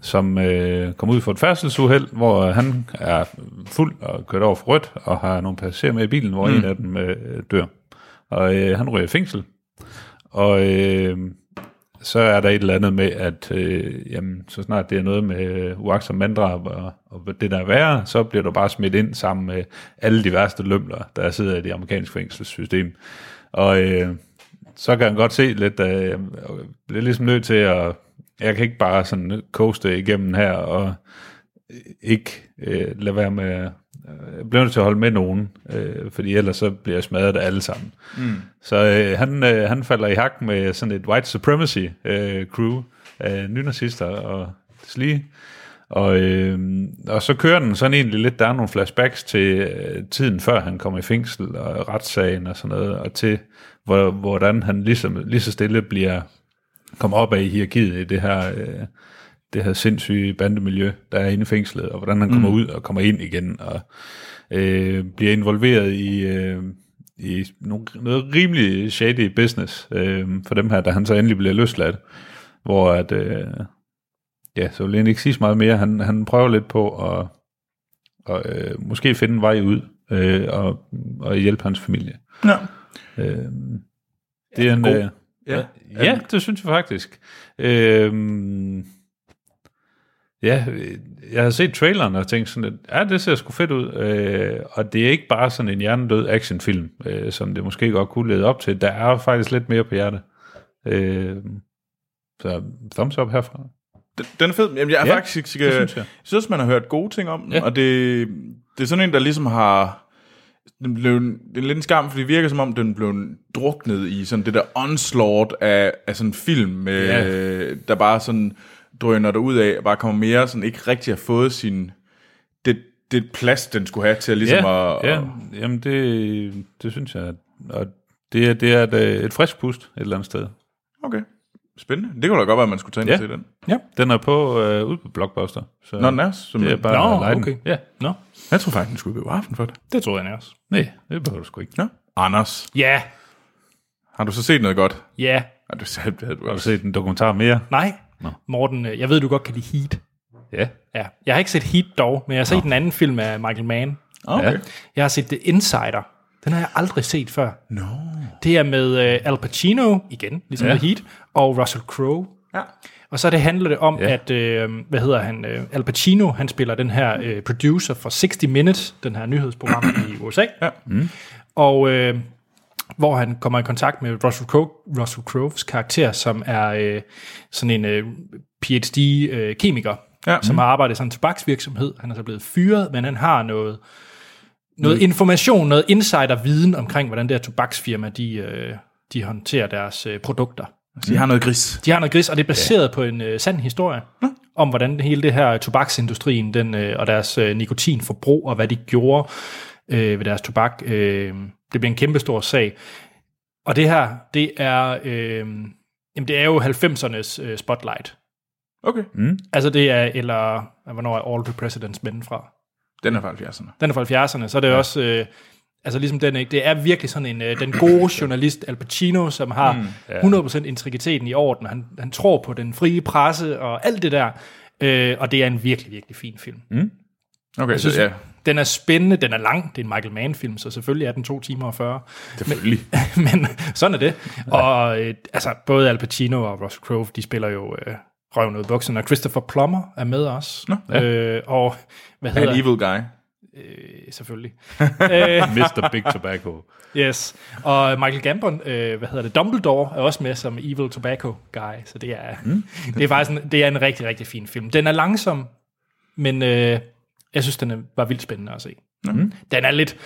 som øh, kom ud for et færdselsuheld, hvor han er fuld og kørt over for rødt, og har nogle passagerer med i bilen, hvor mm. en af dem øh, dør. Og øh, han ryger i fængsel. Og øh, så er der et eller andet med, at øh, jamen, så snart det er noget med øh, uagtsom manddrab og, og hvad det der er værre, så bliver du bare smidt ind sammen med alle de værste lømler, der sidder i det amerikanske fængselssystem. Og øh, så kan han godt se lidt, at øh, jeg bliver ligesom nødt til at, jeg kan ikke bare sådan coaste igennem her og ikke øh, lade være med, øh, jeg bliver nødt til at holde med nogen, øh, fordi ellers så bliver jeg smadret af alle sammen. Mm. Så øh, han, øh, han falder i hak med sådan et white supremacy øh, crew af nynazister og deslige. Og, øh, og så kører den sådan egentlig lidt, der er nogle flashbacks til øh, tiden før han kom i fængsel og retssagen og sådan noget, og til hvor, hvordan han ligesom, lige så stille bliver kommer op af i hierarkiet i det her, øh, det her sindssyge bandemiljø, der er inde i fængslet, og hvordan han kommer ud og kommer ind igen, og øh, bliver involveret i, øh, i nogle, noget rimelig shady business øh, for dem her, da han så endelig bliver løsladt, hvor at, øh, ja, så vil jeg egentlig ikke sige så meget mere, han, han prøver lidt på at, og, øh, måske finde en vej ud, øh, og, og hjælpe hans familie. Nå. Øh, det er en, Øhm, god. øh, Ja. Ja, det synes jeg faktisk. Øhm, ja, øh, jeg har set traileren og tænkt sådan, at ja, det ser sgu fedt ud, øh, og det er ikke bare sådan en hjernedød actionfilm, øh, som det måske godt kunne lede op til. Der er faktisk lidt mere på hjertet. Øh, så thumbs up herfra. Den, den er fed. Jamen, jeg er Ja, faktisk... øh, det synes jeg. jeg. synes, man har hørt gode ting om den, ja. Ja. og det, det er sådan en, der ligesom har... den blev, en- det er lidt en skam, for det virker som om, den blev en- druknet i sådan det der onslaught af, af sådan en film, Ja. øh, der bare sådan drøner der ud af, og bare kommer mere sådan ikke rigtig har fået sin, det, det plads, den skulle have til at ligesom at, ja, at, jamen det, det synes jeg. Og det, er- det er et, øh, et frisk pust et eller andet sted. okay, spændende. Det kunne da godt være, at man skulle tage ind og Ja. se den. Den er på øh, ude på Blockbuster. Så Nå, den er, som, det er bare Nå, at lege den. okay. Ja. Nå, Jeg tror faktisk, den skulle blive aften for det. det troede jeg også. Nej, det behøver du sgu ikke. Ja. Anders, Ja, har du så set noget godt? ja, Ja, du sagde, det havde du Har du også. set en dokumentar mere? nej. Nå. Morten, øh, jeg ved, du godt kan lide Heat. Ja. Ja. Jeg har ikke set Heat dog, men jeg har set den anden film af Michael Mann. Okay. Ja. Jeg har set The Insider. Den har jeg aldrig set før. No. Det er med øh, Al Pacino, igen, ligesom Ja. ja. The Heat, og Russell Crowe. Ja. Og så det handler det om, Ja. ja. at, øh, hvad hedder han, øh, Al Pacino, han spiller den her øh, producer for 60 Minutes, den her nyhedsprogram i USA. Ja. Mm. Og øh, hvor han kommer i kontakt med Russell, Crowe, Russell Crowe's karakter, som er øh, sådan en øh, PhD-kemiker, Ja. ja. øh, som har arbejdet i sådan en tobaksvirksomhed. Han er så blevet fyret, men han har noget, noget information, noget insider-viden omkring, hvordan det her tobaksfirma, de, øh, de håndterer deres øh, produkter. Så I har noget gris. De har noget gris, og det er baseret ja. på en øh, sand historie om, hvordan hele det her tobaksindustrien den, øh, og deres øh, nikotinforbrug og hvad de gjorde øh, ved deres tobak. Øh, det bliver en kæmpestor sag. Og det her, det er, øh, jamen det er jo 90'ernes øh, spotlight. Okay. Altså det er, eller hvornår er All the President's Men fra? Den er fra 70'erne. den er fra 70'erne, så er det ja. også, øh, altså ligesom den, ikke? det er virkelig sådan en, øh, den gode journalist Al Pacino, som har mm, ja. 100% integriteten i orden, han, han tror på den frie presse og alt det der, øh, og det er en virkelig, virkelig fin film. Mm. Okay, synes- så ja, Den er spændende, den er lang, det er en Michael Mann-film, så selvfølgelig er den 2 timer og 40, selvfølgelig. <laughs> men sådan er det. Og øh, altså, både Al Pacino og Russell Crowe, de spiller jo øh, røven ud af bukserne, og Christopher Plummer er med os. Nå, ja. øh, og hvad Han er hedder en evil guy. Øh, selvfølgelig. <laughs> øh, Mr. Big Tobacco. Yes, og Michael Gambon, øh, hvad hedder det, Dumbledore er også med som Evil Tobacco Guy, så det er, mm. <laughs> det er faktisk en, det er en rigtig, rigtig fin film. Den er langsom, men øh, jeg synes, den er, var vildt spændende at se. Mm. Den er lidt,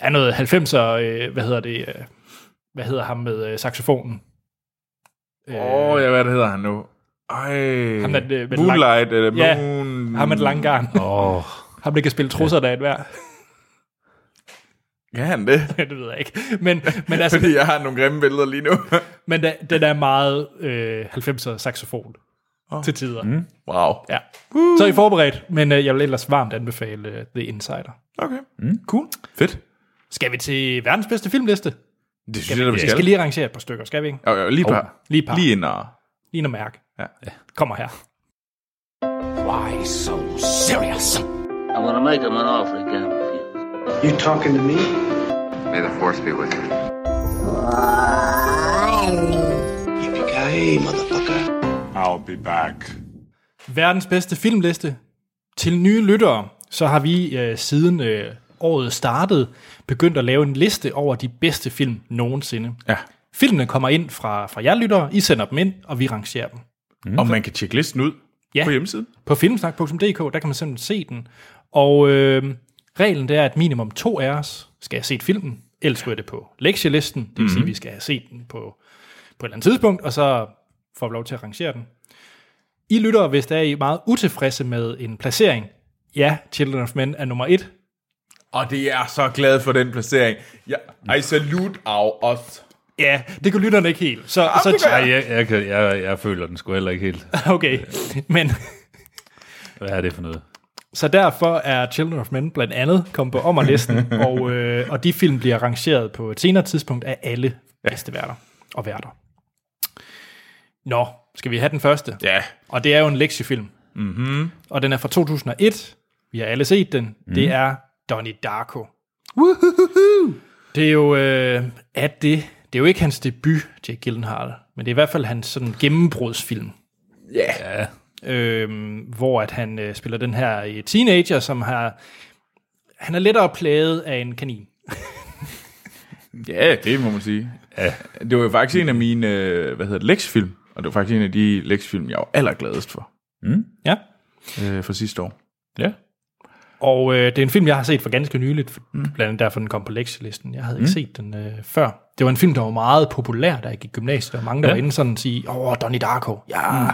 der er noget 90'er, øh, hvad hedder det, øh, hvad hedder ham med øh, saxofonen? Øh, Åh, oh, ja, hvad det hedder han nu? Ej. Ham der, øh, med den Moonlight, eller Ja, Moon... Ham med et langgarn. Åh, oh, Ham, der kan spille trusser, der er et vejr. Kan han det? <laughs> det ved jeg ikke. Men, men altså, Fordi jeg har nogle grimme billeder lige nu. <laughs> men da, den er meget øh, 90'er saxofon Åh. oh. til tider. Mm. wow. Ja. Så er I forberedt, men øh, jeg vil ellers varmt anbefale øh, The Insider. Okay. Mm. Cool. Fedt. Skal vi til verdens bedste filmliste? Det synes jeg, da, vi Vi skal skal. lige arrangere et par stykker, skal vi ikke? Jo, jo, lige et par. Lige et par. Lige en ar. Lige noget mærke. Ja. Kommer her. Why so serious? I'm gonna make him an offer again with you. You talking to me? May the force be with you. Yippee-ki-yay, motherfucker. I'll be back. Verdens bedste filmliste. Til nye lyttere, så har vi øh, siden øh, året startede, begyndt at lave en liste over de bedste film nogensinde. Ja. Filmene kommer ind fra, fra jer lyttere, I sender dem ind, og vi rangerer dem. Mm. Og man kan tjekke listen ud Ja. på hjemmesiden. På filmsnak.dk, der kan man simpelthen se den. Og øh, reglen det er, at minimum to af os skal have set filmen, ellers ryger det på lektielisten, det vil mm-hmm. sige, at Mhm. vi skal have set den på, på et eller andet tidspunkt, og så får vi lov til at rangere den. I lytter, hvis der er I meget utilfredse med en placering. Ja, Children of Men er nummer et. Og det er så glad for den placering. Ja, I salute our us. Ja, det kunne lytterne ikke helt. Så, så det gør Ej, jeg, jeg, kan- jeg, jeg føler den sgu heller ikke helt. <laughs> okay, men Hvad er det for noget? så derfor er Children of Men blandt andet kommet på ommerlisten, og, øh, og de film bliver rangeret på et senere tidspunkt af alle ja. bedste værter og værter. Nå, skal vi have den første? Ja. Og det er jo en lektiefilm. Mm-hmm. Og den er fra 2001. Vi har alle set den. Mm. Det er Donnie Darko. Woohoo! Det er jo, øh, at det, det er jo ikke hans debut, Jake Gyllenhaal, men det er i hvert fald hans sådan gennembrudsfilm. Ja, Øhm, hvor at han øh, spiller den her øh, teenager, som har han er lettere plaget af en kanin. Ja, det må man sige. Ja. Det var jo faktisk en af mine, øh, hvad hedder det, lektiefilm. Og det var faktisk en af de lektiefilm, jeg var allergladest for Ja. øh, for sidste år. ja. Og øh, det er en film, jeg har set for ganske nyligt, for- blandt andet derfor den kom på lektielisten. Jeg havde ikke set den øh, før. Det var en film, der var meget populær, da jeg gik i gymnasiet. Der var mange, der ja. var inde sådan og sige, åh, Donnie Darko, ja,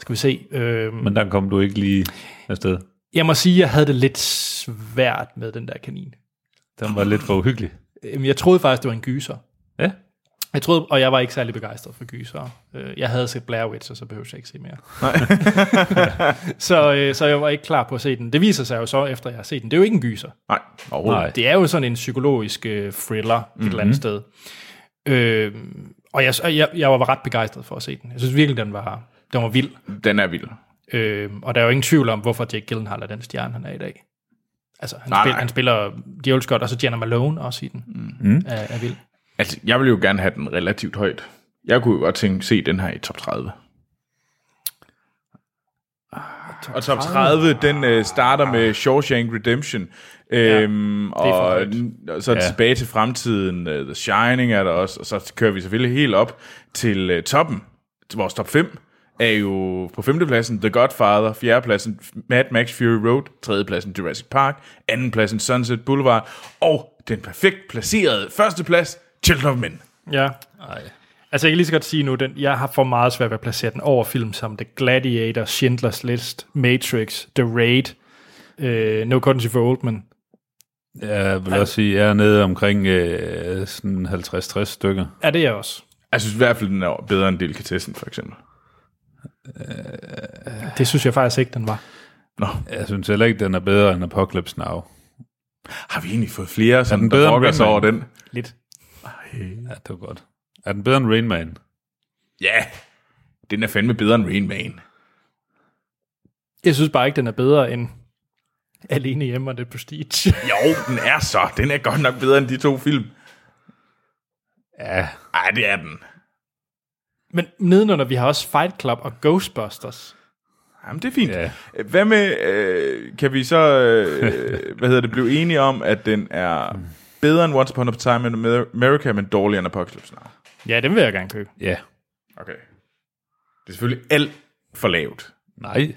skal vi se. Øh, Men der kom du ikke lige afsted. jeg må sige, jeg havde det lidt svært med den der kanin. Den var lidt for uhyggelig. Øhm, Jeg troede faktisk, det var en gyser. Ja. Jeg troede, og jeg var ikke særlig begejstret for gyser. Øh, Jeg havde set Blair Witch, og så behøvede jeg ikke se mere. Nej. <laughs> så, øh, så jeg var ikke klar på at se den. Det viser sig jo så, efter jeg har set den. Det er jo ikke en gyser. Nej, overhovedet. Nej. Det er jo sådan en psykologisk øh, thriller mm-hmm. et eller andet sted. Øh, og jeg, og jeg, jeg var ret begejstret for at se den. Jeg synes virkelig, den var, den var vild. Den er vild. Øh, og der er jo ingen tvivl om, hvorfor Jake Gyllenhaal er den stjerne, han er i dag. Altså, han, Nej, nej, spil, nej. han spiller djævelsk godt, og så Jenna Malone også i den. Mm. Er, er vild. Altså, jeg vil jo gerne have den relativt højt. Jeg kunne jo godt tænke, se den her i top 30. Og top 30, den øh, starter med Shawshank Redemption. Øhm, er for og, højt. og så ja. tilbage til fremtiden. øh, The Shining er der også. Og så kører vi selvfølgelig helt op til øh, toppen. Vores top 5 er jo på femtepladsen The Godfather, fjerdepladsen Mad Max Fury Road, tredjepladsen Jurassic Park, andenpladsen Sunset Boulevard, og den perfekt placerede førsteplads, Children of Men. Ja. Ej. Altså, jeg kan lige så godt sige nu, den, jeg har for meget svært ved at placere den over film som The Gladiator, Schindlers List, Matrix, The Raid, øh, No Country for Old Men. Jeg vil også sige, jeg er nede omkring øh, sådan 50-60 stykker. Ja, det er jeg også. Jeg synes i hvert fald, den er bedre end Delikatessen, for eksempel. Det synes jeg faktisk ikke, den var. Jeg synes heller ikke, den er bedre end Apocalypse Now. Har vi egentlig fået flere, sådan, den der bedre end brokker sig Rain over Man? den? Lidt. Ja, det var godt. Er den bedre end Rain Man? Ja, den er fandme bedre end Rain Man. Jeg synes bare ikke, den er bedre end Alene hjemme og The Prestige. <laughs> Jo, den er så. Den er godt nok bedre end de to film. Ja, Ej, det er den. Men nedenunder, vi har også Fight Club og Ghostbusters. Jamen, det er fint. Ja. Hvad med, øh, kan vi så, øh, hvad hedder det, blive enige om, at den er bedre end Once Upon a Time in Amer- America, men dårligere end Apocalypse Now? Ja, den vil jeg gerne købe. ja. Okay. Det er selvfølgelig alt for lavt. Nej.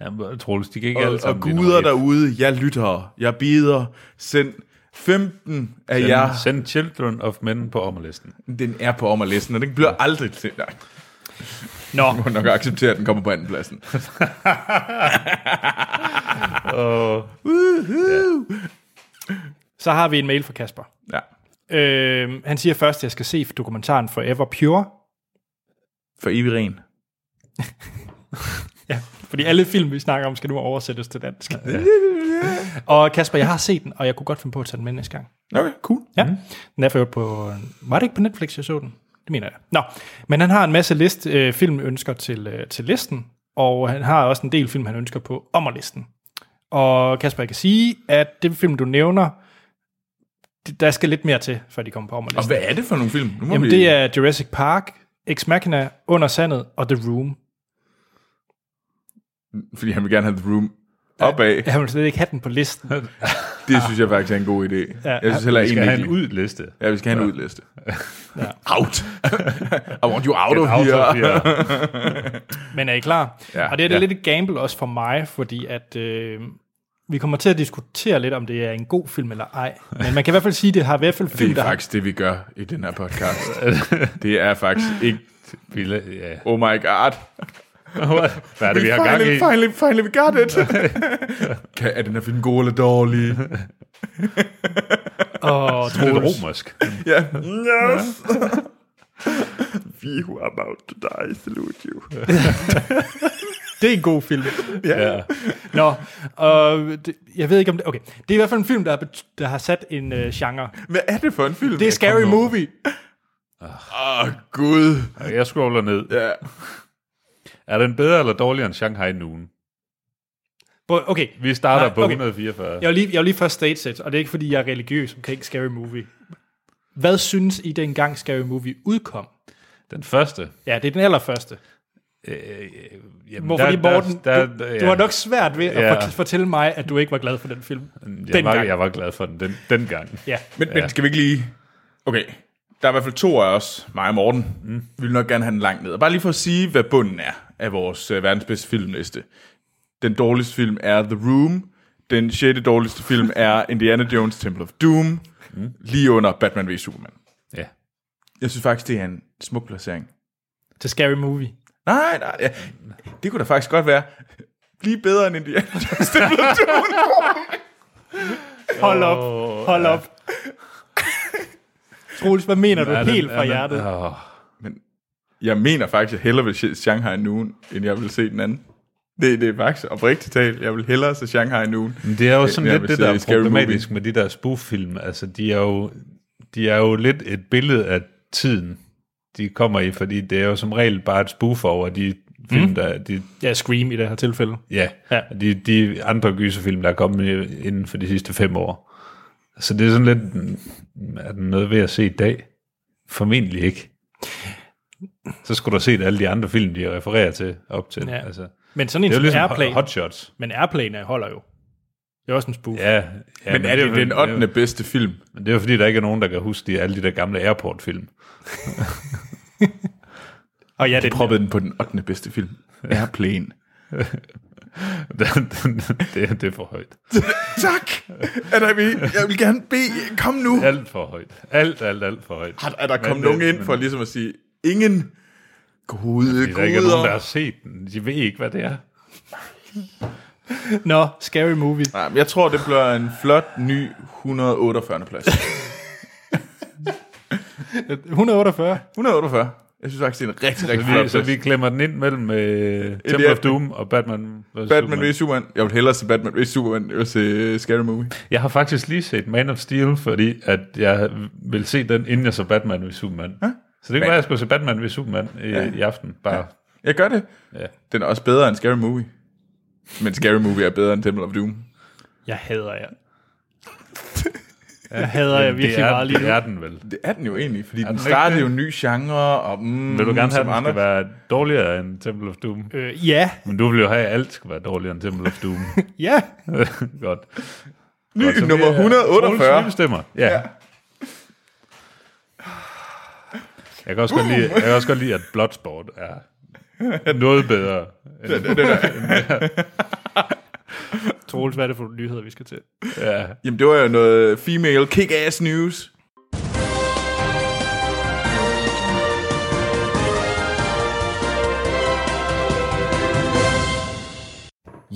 Jamen, Troels, de gik ikke alle Og, og sammen. i nummer guder et. derude, jeg lytter, jeg bider, send 15 af Send, jer. send Children of Men på ommerlisten. Den er på ommerlisten, og den bliver aldrig til. Nej, Nå, må nok acceptere, at den kommer på andenpladsen. så har vi en mail fra Kasper. Ja. Øh, han siger først, at jeg skal se dokumentaren Forever Pure. For evig ren. Ja, fordi alle film, vi snakker om, skal nu oversættes til dansk. Ja. og Kasper, jeg har set den, og jeg kunne godt finde på at tage den med næste gang. Okay, cool. Ja, mm. den er for øvrigt på... Var det ikke på Netflix, jeg så den? Det mener jeg. Nå, men han har en masse list, øh, filmønsker til, øh, til listen, og han har også en del film, han ønsker på ommerlisten. Og Kasper, jeg kan sige, at det film, du nævner, det- der skal lidt mere til, før de kommer på ommerlisten. Og hvad er det for nogle film? Nu må Jamen, vi... det er Jurassic Park, Ex Machina, Under Sandet og The Room. Fordi han vil gerne have The Room opad. Ja. Jeg vil slet ikke have den på listen. Det synes jeg faktisk er en god idé. Ja, jeg synes heller Vi skal have egentlig en ikke. udliste. Ja, vi skal have en udliste. Out. <laughs> I want you out of Out here. of here. Men er I klar? Ja, og det, her, det er ja. lidt et gamble også for mig, fordi at øh, vi kommer til at diskutere lidt, om det er en god film eller ej. Men man kan i hvert fald sige, at det har i hvert fald film, <laughs> Det der er har, faktisk det, vi gør i den her podcast. det er faktisk ikke... Vi la- <laughs> ja. Oh my god. Hvad er det, vi har gang i? finally, finally, finally, we got it. <laughs> kan, er den her film god eller dårlig? og Det er Troels, romersk. Ja. Yes. <laughs> we who are about to die salute you. det er en god film. Ja. Nå, og det, jeg ved ikke om det... Okay, det er i hvert fald en film, der har, bet- der har sat en øh, genre. Hvad er det for en film? Det er Scary Åh, Movie. oh, Gud. Jeg scroller ned. Ja. Er den bedre eller dårligere end Shanghai Noon? Bo- Okay, Vi starter Nej, på okay. 144. jeg vil lige, jeg vil lige først stage set, og det er ikke, fordi jeg er religiøs omkring Scary Movie. Hvad synes I dengang Scary Movie udkom? Den første. Øh, Ja, det er den allerførste. Jamen, Hvorfor fordi Morten, der, der, du, du har nok svært ved at Ja. fort- fortælle mig, at du ikke var glad for den film. jeg var, dengang. jeg var glad for den den, dengang. Ja. Men, men skal vi ikke lige... Okay, der er i hvert fald to af os, mig og Morten, mm. vi vil nok gerne have den langt ned. Og bare lige for at sige, hvad øh, bunden er af vores uh, verdens bedste filmliste. Den dårligste film er The Room. Den sjette dårligste film er Indiana Jones Temple of Doom, mm. lige under Batman v Superman. Ja. Jeg synes faktisk, det er en smuk placering. Til Scary Movie. Nej, nej, ja. det kunne da faktisk godt være. Bliv bedre end Indiana Jones Temple of Doom. Hold op, hold ja. op. Troels, hvad mener du Er den- helt er fra den- hjertet? Åh. Men jeg mener faktisk, at hellere vil se Shanghai Noon, end jeg vil se den anden. Det, det er faktisk oprigtigt talt. Jeg vil hellere se Shanghai Noon. Men Det er jo sådan jeg lidt vil det, se der er Scary problematisk med de der spoof-film. Altså, de er, jo, de er jo lidt et billede af tiden, de kommer i, fordi det er jo som regel bare et spoof over de film, mm. der... De, Ja, Scream i det her tilfælde. ja, Ja. ja. De, de andre gyserfilm, der er kommet i- inden for de sidste fem år. Så det er sådan lidt... mm, Er den noget ved at se i dag? Formentlig ikke. Så skulle du have set alle de andre film, de refererer til op til. Ja. Ja. Altså, det Men sådan en er jo som ligesom Airplane, Airplane. Hot Shots. men Airplane holder jo. Det er også en spoof. Ja, ja, Men er det vel- den 8. bedste film? Men det er jo fordi, der ikke er nogen, der kan huske de, alle de der gamle Airport-film. <laughs> Og ja, det, Jeg proppede den på den 8. bedste film. Airplane. det, det er for højt. tak! Er der, jeg vil gerne bede. Kom nu! Alt for højt. Alt, alt, alt for højt. Er, er der kommet Men, nogen øh, ind for ligesom at sige, ingen gode Fordi der ikke er nogen, der har koder? set den. De ved ikke, hvad det er. Nå, Scary Movie. Nej, men jeg tror, det bliver en flot ny 148. plads. 148. 148. Jeg synes faktisk, det er en rigtig, rigtig Så vi, flot så plads. vi klemmer den ind mellem øh, Temple Indiana- of Doom og Batman vs. Batman Superman. vs. Superman. Jeg vil hellere se Batman vs. Superman, end jeg vil se uh, Scary Movie. Jeg har faktisk lige set Man of Steel, fordi at jeg vil se den, inden jeg så Batman vs. Superman. Så det kunne være, at jeg skulle se Batman vs. Superman i, i aften. Bare, Jeg gør det. ja. Den er også bedre end Scary Movie. Men Scary Movie er bedre end Temple of Doom. Jeg hader jer. Jeg hader jer Det, virkelig er, meget lige nu. det er den vel. Det er den jo egentlig, fordi den den startede ikke jo en ny genre, og Vil mm, du gerne have, som at den skal andre- være dårligere end Temple of Doom? Øh, ja, Men du vil jo have, at alt skal være dårligere end Temple of <laughs> Doom. ja. Godt. Ny Godt, så nummer vi er- 148. Troels nye stemmer. Ja. ja. Jeg kan, også godt lide, jeg kan også godt lide, at Bloodsport er noget <laughs> bedre. Troels, hvad er det for nogle nyheder, vi skal til? Ja. Jamen, det var jo noget female kick-ass news.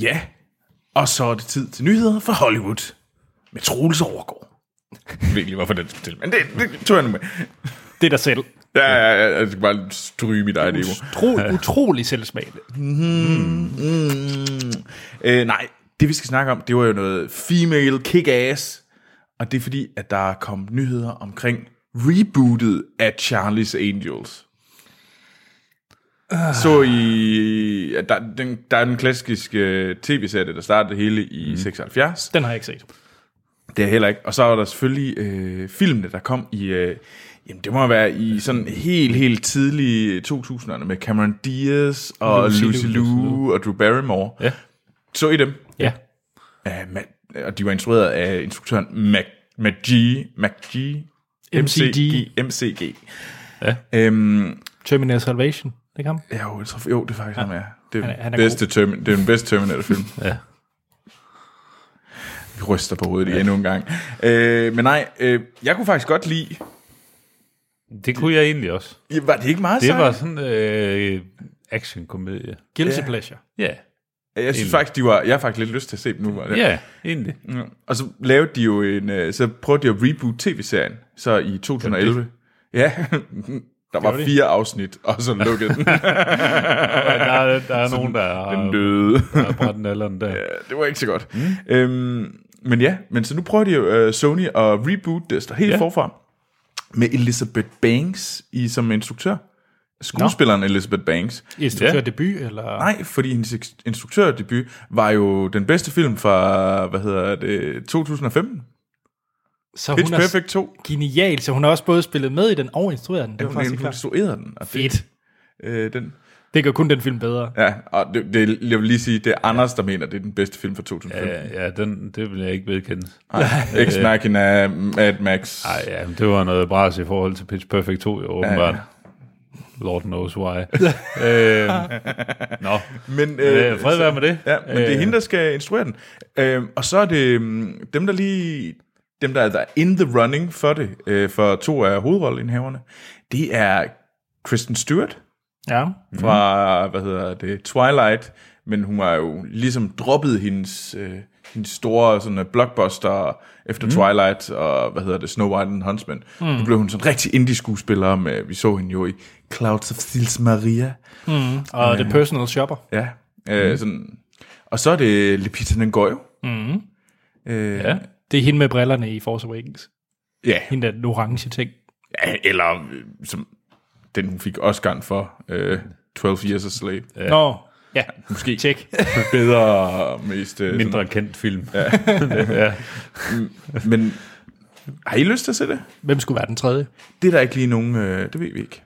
Ja, og så er det tid til nyheder fra Hollywood med Troels Overgaard. Virkelig, hvorfor den skulle til, men det, det tog jeg nu med. Det er dig selv. Ja, ja, ja, jeg skal bare stryge mit eget ego. Utro, utrolig selvsmagende. Mm. Øh, nej, det vi skal snakke om, det var jo noget female kick-ass. Og det er fordi, at der er kommet nyheder omkring rebootet af Charlie's Angels. Så i... at Der, den, der er den klassiske øh, tv-serie, der startede det hele i mm. 76. Den har jeg ikke set. Det er heller ikke. Og så var der selvfølgelig øh, filmene, der kom i... Øh, jamen, det må være i sådan helt, helt tidlige 2000'erne med Cameron Diaz og Lucy Lucy, Liu. Lucy Liu og Drew Barrymore. Ja. Så I dem? Ja. Ja, ma- og de var instrueret af instruktøren Mac, Mac G. Mac G. MCG. MCG. Ja. Øhm, Terminator Salvation. Det kan ham. ja, jo, jeg tror, jo, det er faktisk ja. ham, ja. Det er, Han er- han han er bedste Termin- det er den bedste Terminator-film. Ja. Vi ryster på hovedet ja. endnu en gang. Øh, men nej, øh, jeg kunne faktisk godt lide... Det kunne jeg egentlig også. Ja, Var det ikke meget Det sejt? var sådan en øh, action-komedie. Guilty Ja. Pleasure. Ja. Jeg synes faktisk, de var, jeg har faktisk lidt lyst til at se dem nu. Var det. ja, egentlig. Mm. Og så lavede de jo en, øh, så prøvede de at reboot tv-serien, så i 2011. Ja, <laughs> der var fire afsnit, og så lukkede den. Der, er- der er nogen, der har <laughs> den døde. har brændt nalderen der. <laughs> Ja, det var ikke så godt. Mm. Øhm, men ja, men så nu prøver de jo uh, Sony at reboot det så helt ja. forfra med Elizabeth Banks i som instruktør. Skuespilleren no. Elizabeth Banks. Instruktør debut, eller? Nej, fordi hendes eks- instruktørdebut var jo den bedste film fra, hvad hedder det, 2015. Så Pitch hun er Perfect 2. genial, så hun har også både spillet med i den og instrueret den. Det var Hun faktisk ikke klart. instruerede den. Og Fedt. Det, øh, den. Det gør kun den film bedre. Ja, og det, det, jeg vil lige sige, det er Anders, der mener, det er den bedste film fra 2015. Ja, ja. Ja, ja den, det vil jeg ikke vedkende. Ex Machina, øh, Mad Max. Ej, ja, men det var noget bras i forhold til Pitch Perfect 2, jo, åbenbart. Ja, Lord knows why. øh, nå, Men, øh, fred være med det. Ja, men øh. det er Øh, hende, der skal instruere den. Øh, og så er det mm, dem, der lige dem, der er der er in the running for det, øh, for to af hovedrolleindehaverne, det er Kristen Stewart Ja. Mm. Mhm. fra, hvad hedder det, Twilight, men hun har jo ligesom droppet hendes, øh, hendes store sådan, øh, blockbuster efter mm. Mhm. Twilight og, hvad hedder det, Snow White and the Huntsman. Mm. Nu blev hun sådan rigtig indie-skuespiller med, vi så hende jo i Clouds of Sils Maria. Og The Personal Shopper. Ja, øh, mm. sådan. Og så er det Lupita Nyong'o. Mm. Øh, ja. Ja. Det er hende med brillerne i Force Awakens. ja. Hende der den orange ting. Eller øh, som den, hun fik Oscar'en for, øh, 12 Years a Slave. Ja. Ja. Nå, ja. Måske Tjek. bedre og mest... Øh, Mindre kendt film. <laughs> Ja. Sådan, men har I lyst til at se det? Hvem skulle være den tredje? Hmm. Det er der ikke lige nogen... Øh, det ved vi ikke.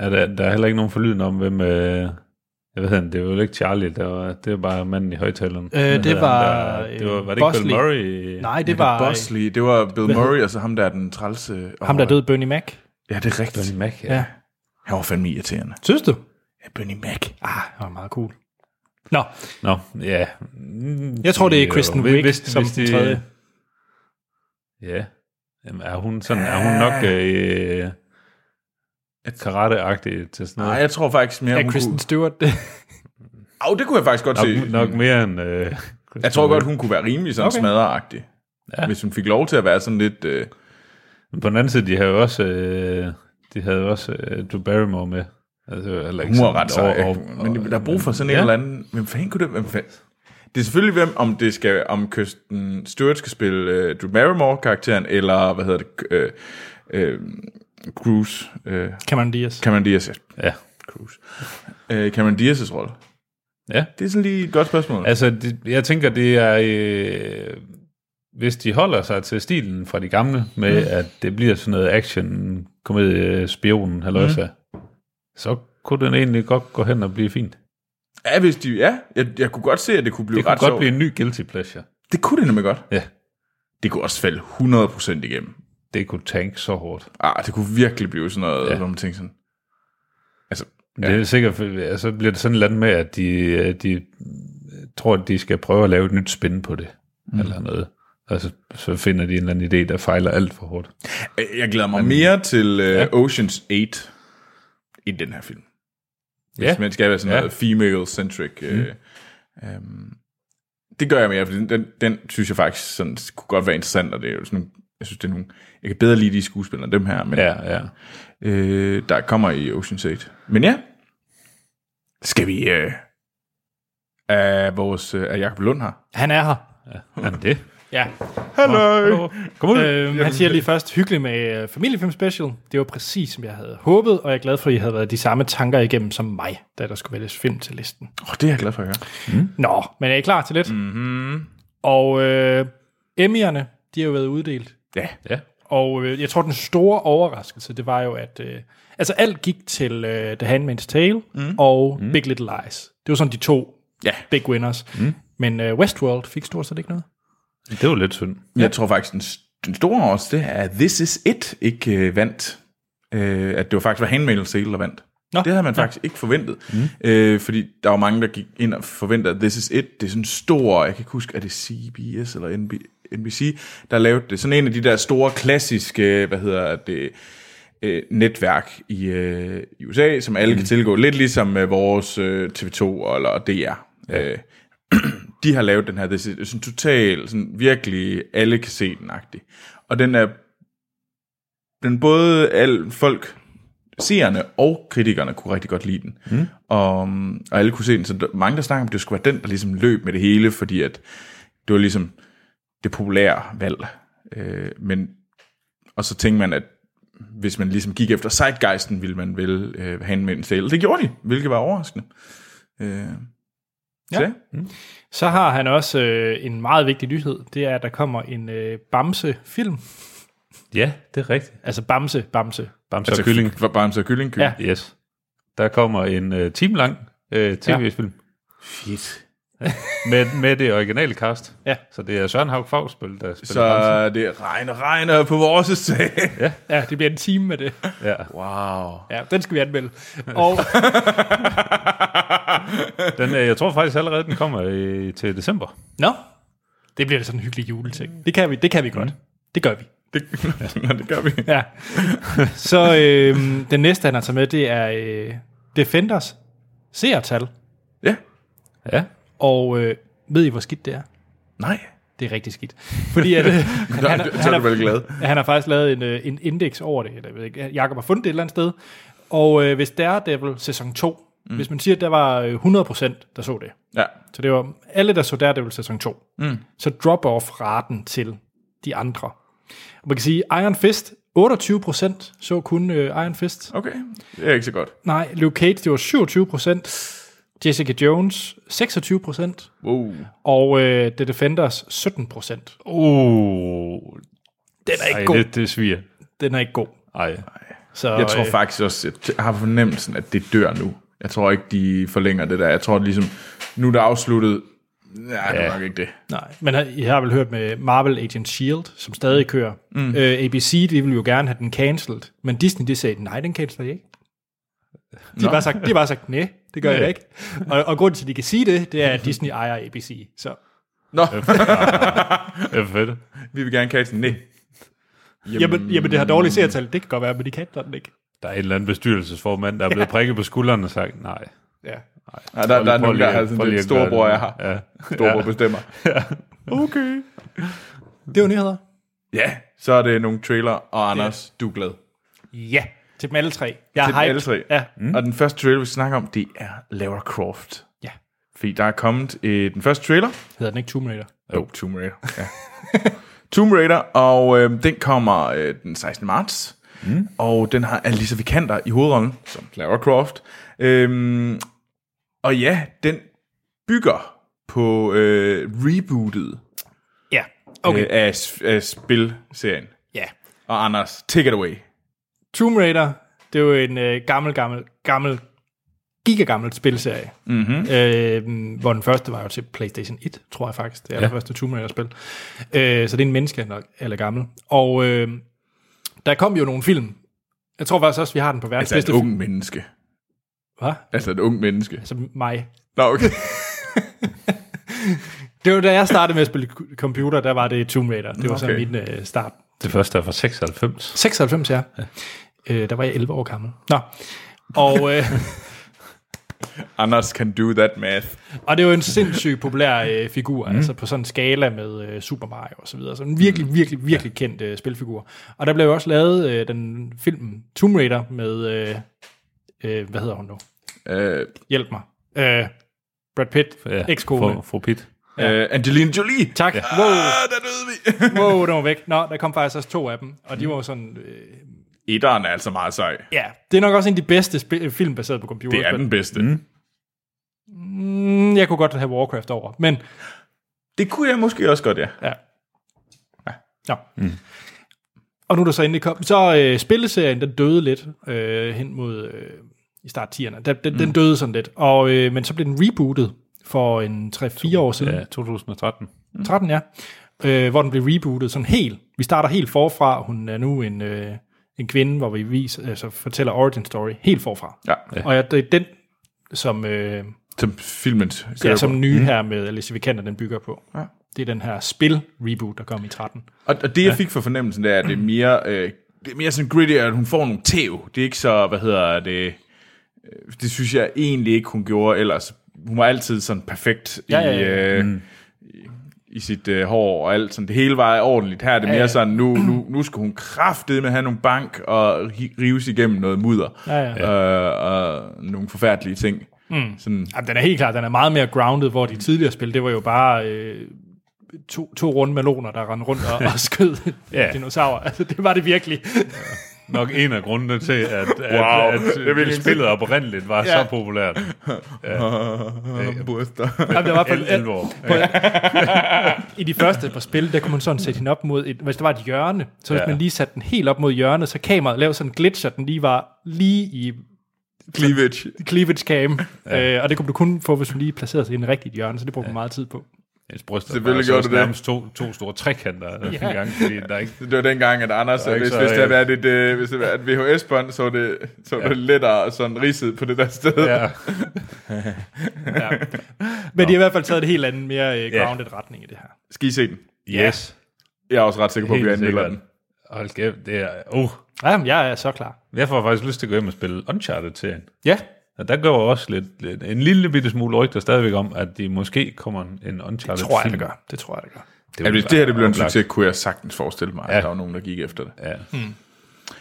Ja, der, der er heller ikke nogen forlyden om, hvem... Øh, jeg ved han, det var jo ikke Charlie, der var, det var bare manden i højtaleren. Hvad Øh, det hedder han var, der? det var, øh, var det ikke Bosley. Bill Murray? Nej, det var øh, Bosley, det var Bill Murray, og så ham der er den trælse... øh, ham, der døde Bernie Mac. Ja, det er rigtigt. Bernie Mac, ja. Ja. ja. Han var fandme irriterende. Synes du? Ja, Bernie Mac. Ah, det var meget cool. Nå, Nå, ja. Mm, jeg tror, det er jo, Kristen hvis- Wiig hvis- som hvis den tredje. Ja. Jamen, er hun sådan, er hun nok øh, karate-agtig til sådan Nej, noget? jeg tror faktisk mere... Ja, hun Kristen kunne... Stewart. <laughs> Au, det kunne jeg faktisk godt se. nok, nok mere end... Øh, Jeg tror godt, hun kunne være rimelig sådan okay. Okay. smadreagtig. Ja. Hvis hun fik lov til at være sådan lidt... Øh, Men på den anden side, de havde jo også, øh, de havde jo også øh, Drew Barrymore med. Altså, det var heller ikke hun var sådan ret over- sej. over- Men der er brug for sådan en ja. eller anden... Hvem fanden kunne det... Hvem fanden? Det er selvfølgelig, hvem, om det skal om Kirsten Stewart skal spille øh, Drew Barrymore-karakteren, eller hvad hedder det, øh, øh, Cruise, øh, Cameron Diaz. Cameron Diaz, ja, Ja. Cruise. Øh, Cameron Diaz' rolle. ja. Det er sådan lige et godt spørgsmål. Altså, Altså, det, jeg tænker, det er... Øh, hvis de holder sig til stilen fra de gamle, med mm. at det bliver sådan noget action, komedie, spionen, halløjsa, mm. så kunne den egentlig godt gå hen og blive fint. ja, hvis de, ja jeg, jeg kunne godt se, at det kunne blive Det ret kunne godt sjovt. blive en ny guilty pleasure. Det kunne det nemlig godt. Ja, Det kunne også falde 100% igennem. det kunne tank så hårdt. Ah, det kunne virkelig blive sådan noget, ja. Ja. hvor man tænker sådan... Altså, Ja. Det er sikkert, for- altså bliver det sådan et eller andet med, at de, øh, de tror, at de skal prøve at lave et nyt spin på det, mm. eller noget. Altså, så finder de en eller anden idé, der fejler alt for hårdt. jeg- jeg glæder mig mere til uh, Ocean's 8 i den her film. Hvis Ja. man skal være sådan Ja. noget female-centric. Mm. Uh, um, det gør jeg mere, for den, den, den synes jeg faktisk sådan, kunne godt være interessant, og det er jo sådan, jeg synes, det er nogle, jeg kan bedre lide de skuespillere end dem her, men ja. Ja, ja. øh, der kommer i Ocean's 8. Men ja, skal vi... Øh, er vores, øh, er Jacob Lund her? Han er her. Er det det? Ja. Hallo! Kom ud! Øhm, han siger lige først, hyggeligt med øh, familiefilm special. Det var præcis, som jeg havde håbet, og jeg er glad for, at I havde været de samme tanker igennem som mig, da der skulle vælges film til listen. Oh, det er jeg glad for at høre. Nå, men er I klar til lidt? Mm-hmm. Og øh, Emmy'erne, de har jo været uddelt. Ja. Ja. Og øh, jeg tror, den store overraskelse, det var jo, at øh, altså alt gik til øh, The Handmaid's Tale mm. og mm. Big Little Lies. Det var sådan de to Ja. big winners. Mm. Men øh, Westworld fik stort set ikke noget. Det var lidt synd. Jeg tror faktisk, den, s- den store også, det er, at This Is It ikke øh, vandt. Øh, at det var faktisk var Handmaid's Tale, der vandt. Nå. Det havde man faktisk ikke forventet. Mm. Øh, fordi der var mange, der gik ind og forventede, at This Is It, det er sådan en stor, jeg kan ikke huske, er det CBS eller NB, NBC, der lavede det. Sådan en af de der store, klassiske, hvad hedder det, øh, netværk i, øh, i USA, som alle mm. kan tilgå. Lidt ligesom øh, vores øh, TV2 eller DR. Ja. Øh, <clears throat> de har lavet den her, det er sådan total, sådan virkelig, alle kan se den agtig. Og den er, den både alle folk, seerne og kritikerne kunne rigtig godt lide den. Mm. Og, og alle kunne se den, så der- mange der snakker om, det skulle være den, der ligesom løb med det hele, fordi at det var ligesom det populære valg. Øh, men, og så tænkte man, at hvis man ligesom gik efter zeitgeisten, ville man vel øh, have en mindst Det gjorde de, hvilket var overraskende. Øh, Ja. så ja. Så har han også øh, en meget vigtig nyhed. Det er, at der kommer en øh, Bamse-film. Ja, det er rigtigt. Altså Bamse, Bamse. Bamse og Kylling. altså, For Bamse og kylling, kylling. Ja. Ja. øh, Yes. Der kommer en uh, timelang uh, tv-film. Shit. <laughs> med, med det originale cast. Ja. Så det er Søren Haug Fagsbøl, der spiller Fransen. Så det regner, regner på vores sag. Ja, det bliver en time med det. Ja. Wow. Ja, den skal vi anmelde. <laughs> Og Den, øh, jeg tror faktisk allerede, den kommer i, til december. Nå, det bliver sådan en hyggelig juleting. Det kan vi, det kan vi godt. Det gør vi. Det, <laughs> ja. det gør vi. Ja. Så øh, den næste, han har taget med, det er øh, Defenders seertal. Ja. Ja. Og øh, ved I, hvor skidt det er? Nej. Det er rigtig skidt. Fordi at, øh, han, Så, han, så, er du vel glad. han har faktisk lavet en, øh, en indeks over det. Eller, jeg ved ikke, Jacob har fundet det et eller andet sted. Og øh, hvis Daredevil sæson 2, mm. hvis man siger, at der var øh, 100%, der så det. Ja. Så det var alle, der så Daredevil sæson 2. Mm. Så drop-off-raten til de andre. Og man kan sige, Iron Fist, 28% så kun øh, Iron Fist. Okay. Det er ikke så godt. Nej, Luke Cage, det var 27%. Jessica Jones, 26%. Wow. Og øh, The Defenders, 17%. Uh, Den er ikke ej, god. det, det sviger. Den er ikke god. Ej. Så, Jeg tror øh, faktisk også, jeg t- har fornemmelsen, at det dør nu. Jeg tror ikke, de forlænger det der. Jeg tror ligesom, nu er det afsluttet. Nej, det er Ja. nok ikke det. Nej, men har- I har vel hørt med Marvel Agent S.H.I.E.L.D., E som stadig kører. Mm. Øh, ABC, de ville jo gerne have den cancelled, men Disney, de sagde, nej, den canceler I ikke. De har bare sagt, de har bare sagt nej, det gør jeg ikke. Og, og grunden til, at de kan sige det, det er, at Disney ejer ABC. Så Nå, Det er fedt. <laughs> vi vil gerne kaste den. Nej. jamen, jamen det har dårligt seertal, det kan godt være, men de kan den ikke. Der er en eller anden bestyrelsesformand, der er blevet prikket på skulderen og sagt, nej. Ja. Ja, der, der Prøv er nogen, lige- der har sådan prøv lige lidt at gøre storebror, det. jeg har. Ja. Storebror bestemmer. Okay. Det var nyheder. Ja, så er det nogle trailer, og Anders, du er glad. Ja, til dem alle tre. Jeg er Til dem alle hyped. tre. Ja. Mm. Og den første trailer, vi snakker om, det er Lara Croft. ja. Fordi der er kommet øh, den første trailer. Hedder den ikke Tomb Raider? Jo, oh, Tomb Raider. Ja. <laughs> Tomb Raider, og øh, den kommer øh, den 16. marts. Mm. Og den har Alicia Vikander i hovedrollen, som Lara Croft. Øhm, og ja, den bygger på øh, rebootet Ja. okay. Okay. øh, af, s- af spilserien. Ja. Og Anders, take it away. Tomb Raider, det er jo en øh, gammel, gammel, gammel, gigagammel spilserie. Mm-hmm. Øh, hvor den første var jo til PlayStation 1, tror jeg faktisk. Det er ja. det første Tomb Raider-spil. Øh, så det er en menneske, der eller gammel. Og øh, der kom jo nogle film. Jeg tror faktisk også, vi har den på verdens Altså et bedste film. ung menneske. Hvad? Altså et ung menneske. Altså mig. Nå, okay. Det var da jeg startede med at spille k- computer, der var det Tomb Raider. Det var okay. så Okay. min øh, start. Det første er fra 96. 96, ja. ja. Øh, der var jeg 11 år gammel. Nå. Og... <laughs> Øh, Anders can do that math. Og det er jo en sindssygt populær øh, figur, mm. altså på sådan en skala med øh, Super Mario og så videre. Så en virkelig, virkelig, virkelig kendt øh, spilfigur. Og der blev jo også lavet øh, den film Tomb Raider med, øh, øh, hvad hedder hun nu? Øh, Hjælp mig. Øh, Brad Pitt, ja, ekskone. Fru, fru Pitt. øh, Angelina Jolie. Tak. Ja. Wow, Ah, der døde vi. <laughs> wow, den var væk. Nå, der kom faktisk også to af dem, og de var jo sådan... Øh, Etteren er altså meget sej. ja, det er nok også en af de bedste spil- øh, film baseret på computer. Det er den bedste. Mm. Mm, Jeg kunne godt have Warcraft over, men... Det kunne jeg måske også godt, ja. Ja. ja. Mm. Og nu er der så endelig kom. Så øh, spilleserien, den døde lidt øh, hen mod øh, i start 10'erne. Den, den, mm. den døde sådan lidt. Og, øh, men så blev den rebootet for en 3-4 år siden. Mm. Ja, 2013. 13, ja. Øh, hvor den blev rebootet sådan helt. Vi starter helt forfra. Hun er nu en, øh, en kvinde, hvor vi viser, altså, fortæller origin story helt forfra. ja. Og ja, det er den, som, øh, Som filmens kører ja, på. som nye her med Alicia Vikander, den bygger på. Ja. Det er den her spil-reboot, der kom i 13. Og, og det, jeg fik for fornemmelsen, det er, at det er mere, øh, det er mere sådan gritty, at hun får nogle tæv. Det er ikke så, hvad hedder det... øh, Det synes jeg egentlig ikke, hun gjorde ellers. Hun var altid sådan perfekt Ja, ja, i... ja. Øh, mm. i sit øh, hår og alt sådan. Det hele var ordentligt. Her er det mere ja. sådan, nu, nu, nu skal hun kraftedeme med have nogle bank og hi- rives igennem noget mudder. Ja, ja. Øh, og nogle forfærdelige ting. Mm. Sådan, Jamen, den er helt klart, den er meget mere grounded, hvor de tidligere spil, det var jo bare øh, to, to runde meloner, der rendte rundt og, og skød Ja. <laughs> dinosaurer. Altså, det var det virkelig. Nok en af grundene til, at, Wow, at, det er at, virkelig at spillet oprindeligt var Ja. så populært. <laughs> øh, burster. Jamen, der var på, 11 år. I de første par spil, der kunne man sådan sætte hende op mod, et, hvis der var et hjørne, så hvis Ja. man lige satte den helt op mod hjørnet, så kameraet lavede sådan en glitch, at den lige var lige i <laughs> Cleavage. cleavage cam, ja. øh, og det kunne du kun få, hvis du lige placerede sig i den rigtige hjørne, så det brugte ja. meget tid på. Hans bryster Selvfølgelig var gjorde så det det. nærmest to, to store trekanter ja. en gang, fordi der er ikke... Det var dengang, at Anders, er ikke hvis, så, hvis det øh, havde været et, øh, hvis det havde været et VHS-bånd, så var det, så var det lettere sådan ridset på det der sted. <laughs> Ja. Men de har i hvert fald taget et helt andet, mere øh, Ja. grounded retning i det her. Skal I se den? Yes. Jeg er også ret sikker på, at vi Helt anmelder sikkert. den. Hold kæft, det er... Uh, Ja, men jeg er så klar. jeg får faktisk lyst til at gå hjem og spille Uncharted til hende. Ja. Og der går også lidt, lidt, en lille bitte smule rygter stadigvæk om, at de måske kommer en- en Uncharted-film. Det tror jeg, det gør. Det tror jeg, det gør. Det Ja, ville Altså, hvis det her det være blev en oplagt. succes, kunne jeg sagtens forestille mig, ja. Ja. at der var nogen, der gik efter det. Hmm.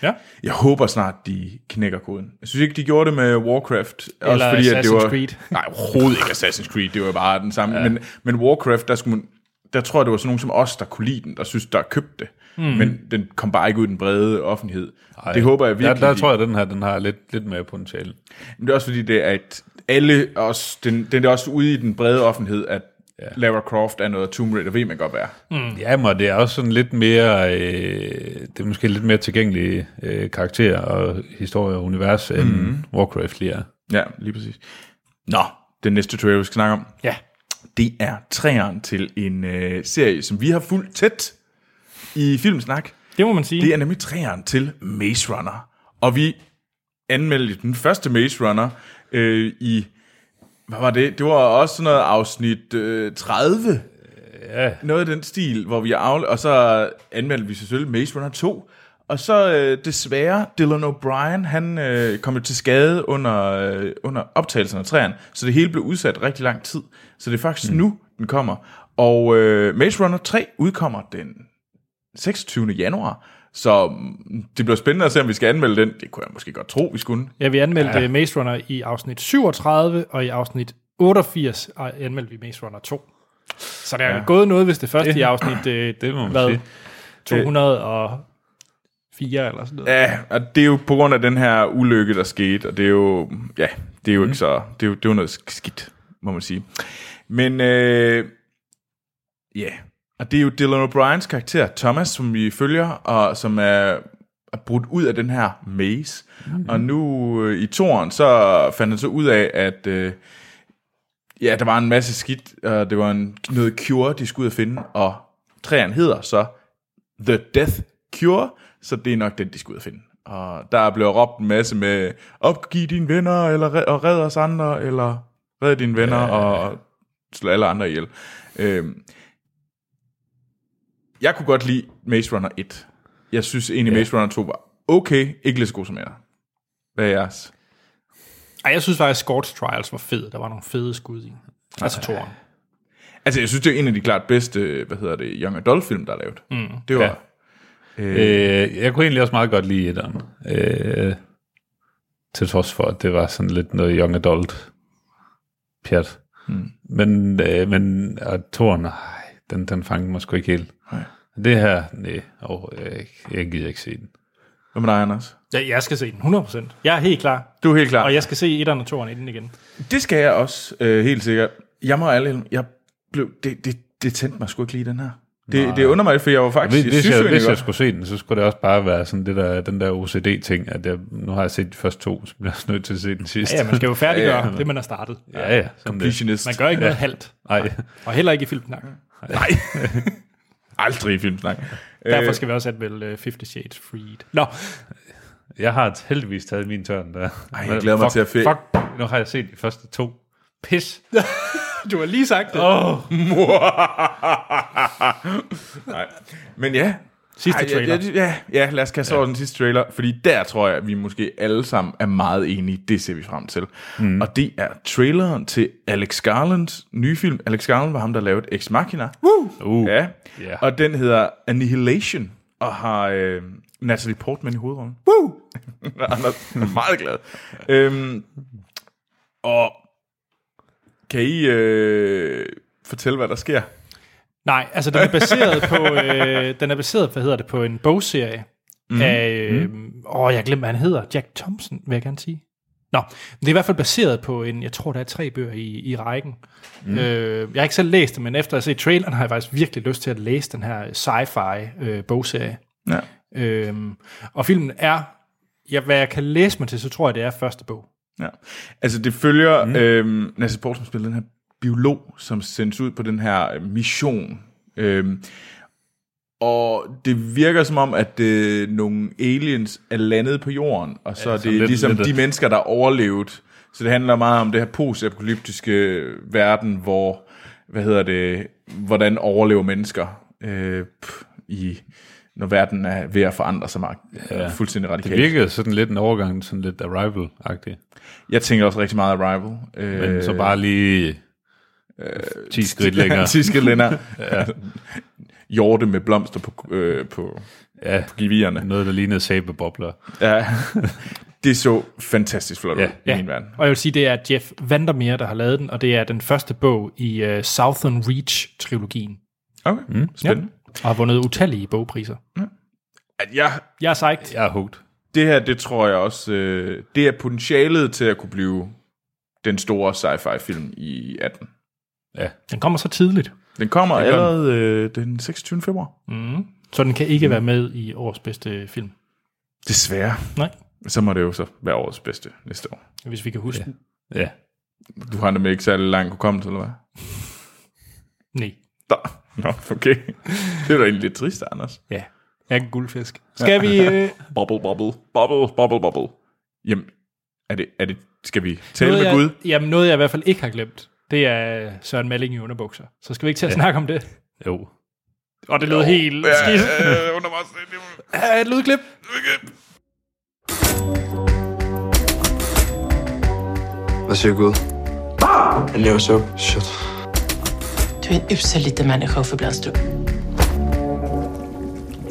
Ja. Jeg håber snart, de knækker koden. Jeg synes ikke, de gjorde det med Warcraft. Eller også fordi, at det Assassin's var, Creed. Nej, overhovedet ikke Assassin's Creed. Det var bare den samme. Ja. Men, men Warcraft, der, skulle man, der tror jeg, det var sådan nogen som os, der kunne lide den, der synes, der købte det. Hmm. Mm. Men den kom bare ikke ud i den brede offentlighed. Ej. Det håber jeg Der, virkelig. der de- tror jeg, at den her den har lidt, lidt mere potentiale. Men det er også fordi, det er, at alle også, den, den er også ude i den brede offentlighed, at ja. Lara Croft er noget Tomb Raider, ved man godt være. Mm. Ja, men det er også sådan lidt mere, øh, det er måske lidt mere tilgængelige øh, karakterer og historie og univers, end Warcraft lige er. Ja, lige præcis. Nå, den næste trailer, vi skal snakke om, Ja. det er træeren til en øh, serie, som vi har fulgt tæt i Filmsnak. Det må man sige. Det er nemlig træeren til Maze Runner. Og vi anmeldte den første Maze Runner øh, i... Hvad var det? Det var også sådan noget afsnit øh, 30. Ja. Noget af den stil, hvor vi afle... Og så anmeldte vi selvfølgelig Maze Runner 2. Og så øh, desværre, Dylan O'Brien, han øh, kom jo til skade under, øh, under optagelserne af træerne, så det hele blev udsat rigtig lang tid. Så det er faktisk mm. nu, den kommer. Og øh, Maze Runner 3 udkommer den 26. januar. Så mm, det bliver spændende at se, om vi skal anmelde den. Det kunne jeg måske godt tro, vi skulle. Ja, vi anmeldte ja. Maze Runner i afsnit 37, og i afsnit 88 anmeldte vi Maze Runner 2. Så der er ja. gået noget, hvis det første i afsnit øh, <laughs> Det må man hvad, sige. 204 eller sådan noget. Ja, og det er jo på grund af den her ulykke, der skete, og det er jo, ja, det er jo mm. ikke så, det er jo, det er jo noget sk- skidt, må man sige. Men, øh, ja, og det er jo Dylan O'Briens karakter, Thomas, som vi følger, og som er, er brudt ud af den her maze. Mm. Og nu øh, i toren, så fandt han så ud af, at... Øh, Ja, der var en masse skidt, og det var en, noget cure, de skulle ud og finde, og træerne hedder så The Death Cure, så det er nok den, de skal ud og finde. Og der blev råbt en masse med, opgiv dine venner, eller red, og red os andre, eller red dine venner, ja. og slå alle andre ihjel. Øhm, jeg kunne godt lide Maze Runner 1. Jeg synes egentlig, ja. Maze Runner 2 var okay, ikke lige så god som jeg. Hvad er jeres? Ej, jeg synes faktisk, Scorch Trials var fed. Der var nogle fede skud i. Altså toren. Altså, jeg synes, det er en af de klart bedste, øh, hvad hedder det, Young Adult-film, der er lavet. Mm. Det var... Ja. Øh, jeg kunne egentlig også meget godt lide etteren. Øh, til trods for, at det var sådan lidt noget young adult pjat. Mm. Men, øh, men og toren, ej, den, den fangede mig sgu ikke helt. Nej. Det her, nej, oh, jeg, jeg gider ikke se den. Hvad med dig, Anders? Ja, jeg skal se den 100%. Jeg er helt klar. Du er helt klar. Og jeg skal se etteren og toeren inden igen. Det skal jeg også, øh, helt sikkert. Jeg må alle, jeg blev, det, det, det tændte mig sgu ikke lige den her. Det, det undrer mig, for jeg var faktisk, Hvis, jeg hvis, synes jeg, jo hvis egentlig jeg godt. skulle se den, så skulle det også bare være sådan det der, den der OCD-ting, at jeg, nu har jeg set de første to, så bliver jeg også nødt til at se den sidste. Ja, <laughs> ja man skal jo færdiggøre Ja, ja, ja. det, man har startet. Ja. <laughs> ja, ja sådan det. Completionist. Man gør ikke noget halvt. Nej, Og heller ikke i filmsnak. Nej. Aldrig i filmsnak. Derfor skal vi også anmelde uh, 50 Shades Freed. Nå, jeg har heldigvis taget min tørn der. Ej, jeg glæder mig fuck, til at fe- Fuck, nu har jeg set de første to. Pis. du har lige sagt det. Åh, oh, <laughs> Nej. Men ja. Sidste Ej, trailer. Ja, ja, ja, lad os kaste over den sidste trailer, fordi der tror jeg, at vi måske alle sammen er meget enige. Det ser vi frem til. Mm. Og det er traileren til Alex Garlands nye film. Alex Garland var ham, der lavede Ex Machina. Uh. Ja. Ja. Og den hedder Annihilation, og har øh, Natalie Portman i <laughs> hovedrollen. Woo! Anders er meget glad. øhm, og kan I øh, fortælle, hvad der sker? Nej, altså den er baseret på, øh, den er baseret, hvad hedder det, på en bogserie mm. af, øh, åh, jeg glemte, hvad han hedder, Jack Thompson, vil jeg gerne sige. Nå, men det er i hvert fald baseret på en, jeg tror, der er tre bøger i, i rækken. Mm. Øh, jeg har ikke selv læst det, men efter at have set traileren, har jeg faktisk virkelig lyst til at læse den her sci-fi øh, bogserie. Ja. Øhm, og filmen er, ja, hvad jeg kan læse mig til, så tror jeg, det er første bog. Ja. Altså, det følger mm. øhm, Nasa Borg, som spiller den her biolog, som sendes ud på den her øh, mission. Øhm, og det virker som om, at øh, nogle aliens er landet på jorden, og så ja, er det sådan lidt- ligesom lidt- de mennesker, der overlevede. Så det handler meget om det her postapokalyptiske øh, verden, hvor, hvad hedder det, hvordan overlever mennesker øh, pff, i når verden er ved at forandre sig meget, ja. fuldstændig radikalt. Det virkede sådan lidt en overgang, sådan lidt Arrival-agtig. Jeg tænker også rigtig meget Arrival. Øh, Men så bare lige øh, 10 <laughs> skridt længere. Tiske lænder. ja. Hjorte med blomster på, øh, på, Ja, på gevierne. noget, der lignede sæbebobler. Ja. Det så fantastisk flot ud Ja. ja. i min verden. Og jeg vil sige, det er Jeff Vandermeer, der har lavet den, og det er den første bog i uh, Southern Reach-trilogien, Okay, mm. spændende. og har vundet utallige bogpriser. At jeg, Jeg er sejt. Jeg er hugt. det her, det tror jeg også, øh, det er potentialet til at kunne blive den store sci-fi film i 18. Ja. Den kommer så tidligt, Den kommer gør den. allerede øh, den 26. februar. Mm. så den kan ikke være med i årets bedste film. Desværre. Nej, Så må det jo så være årets bedste næste år. hvis vi kan huske den. ja. Du har nemlig ikke særlig lang hukommelse, eller hvad? Nej. Nå, Nå, okay. Det er da egentlig lidt trist, Anders. Ja. Jeg er en guldfisk. Skal <laughs> vi... Øh, Bubble, bubble, bubble, bubble, bubble. Jamen, er det, er det, skal vi tale noget, med jeg, Gud? Jamen, noget jeg i hvert fald ikke har glemt, det er Søren Malling i underbukser. Så skal vi ikke til at ja. snakke om det. Jo. Og det lød helt skidt. Øh, under mig selv, det var- Ja, et lydklip. Hvad siger Gud? Jeg laver så. Shit. Du är en usel liten människa, Uffe Blandstrup.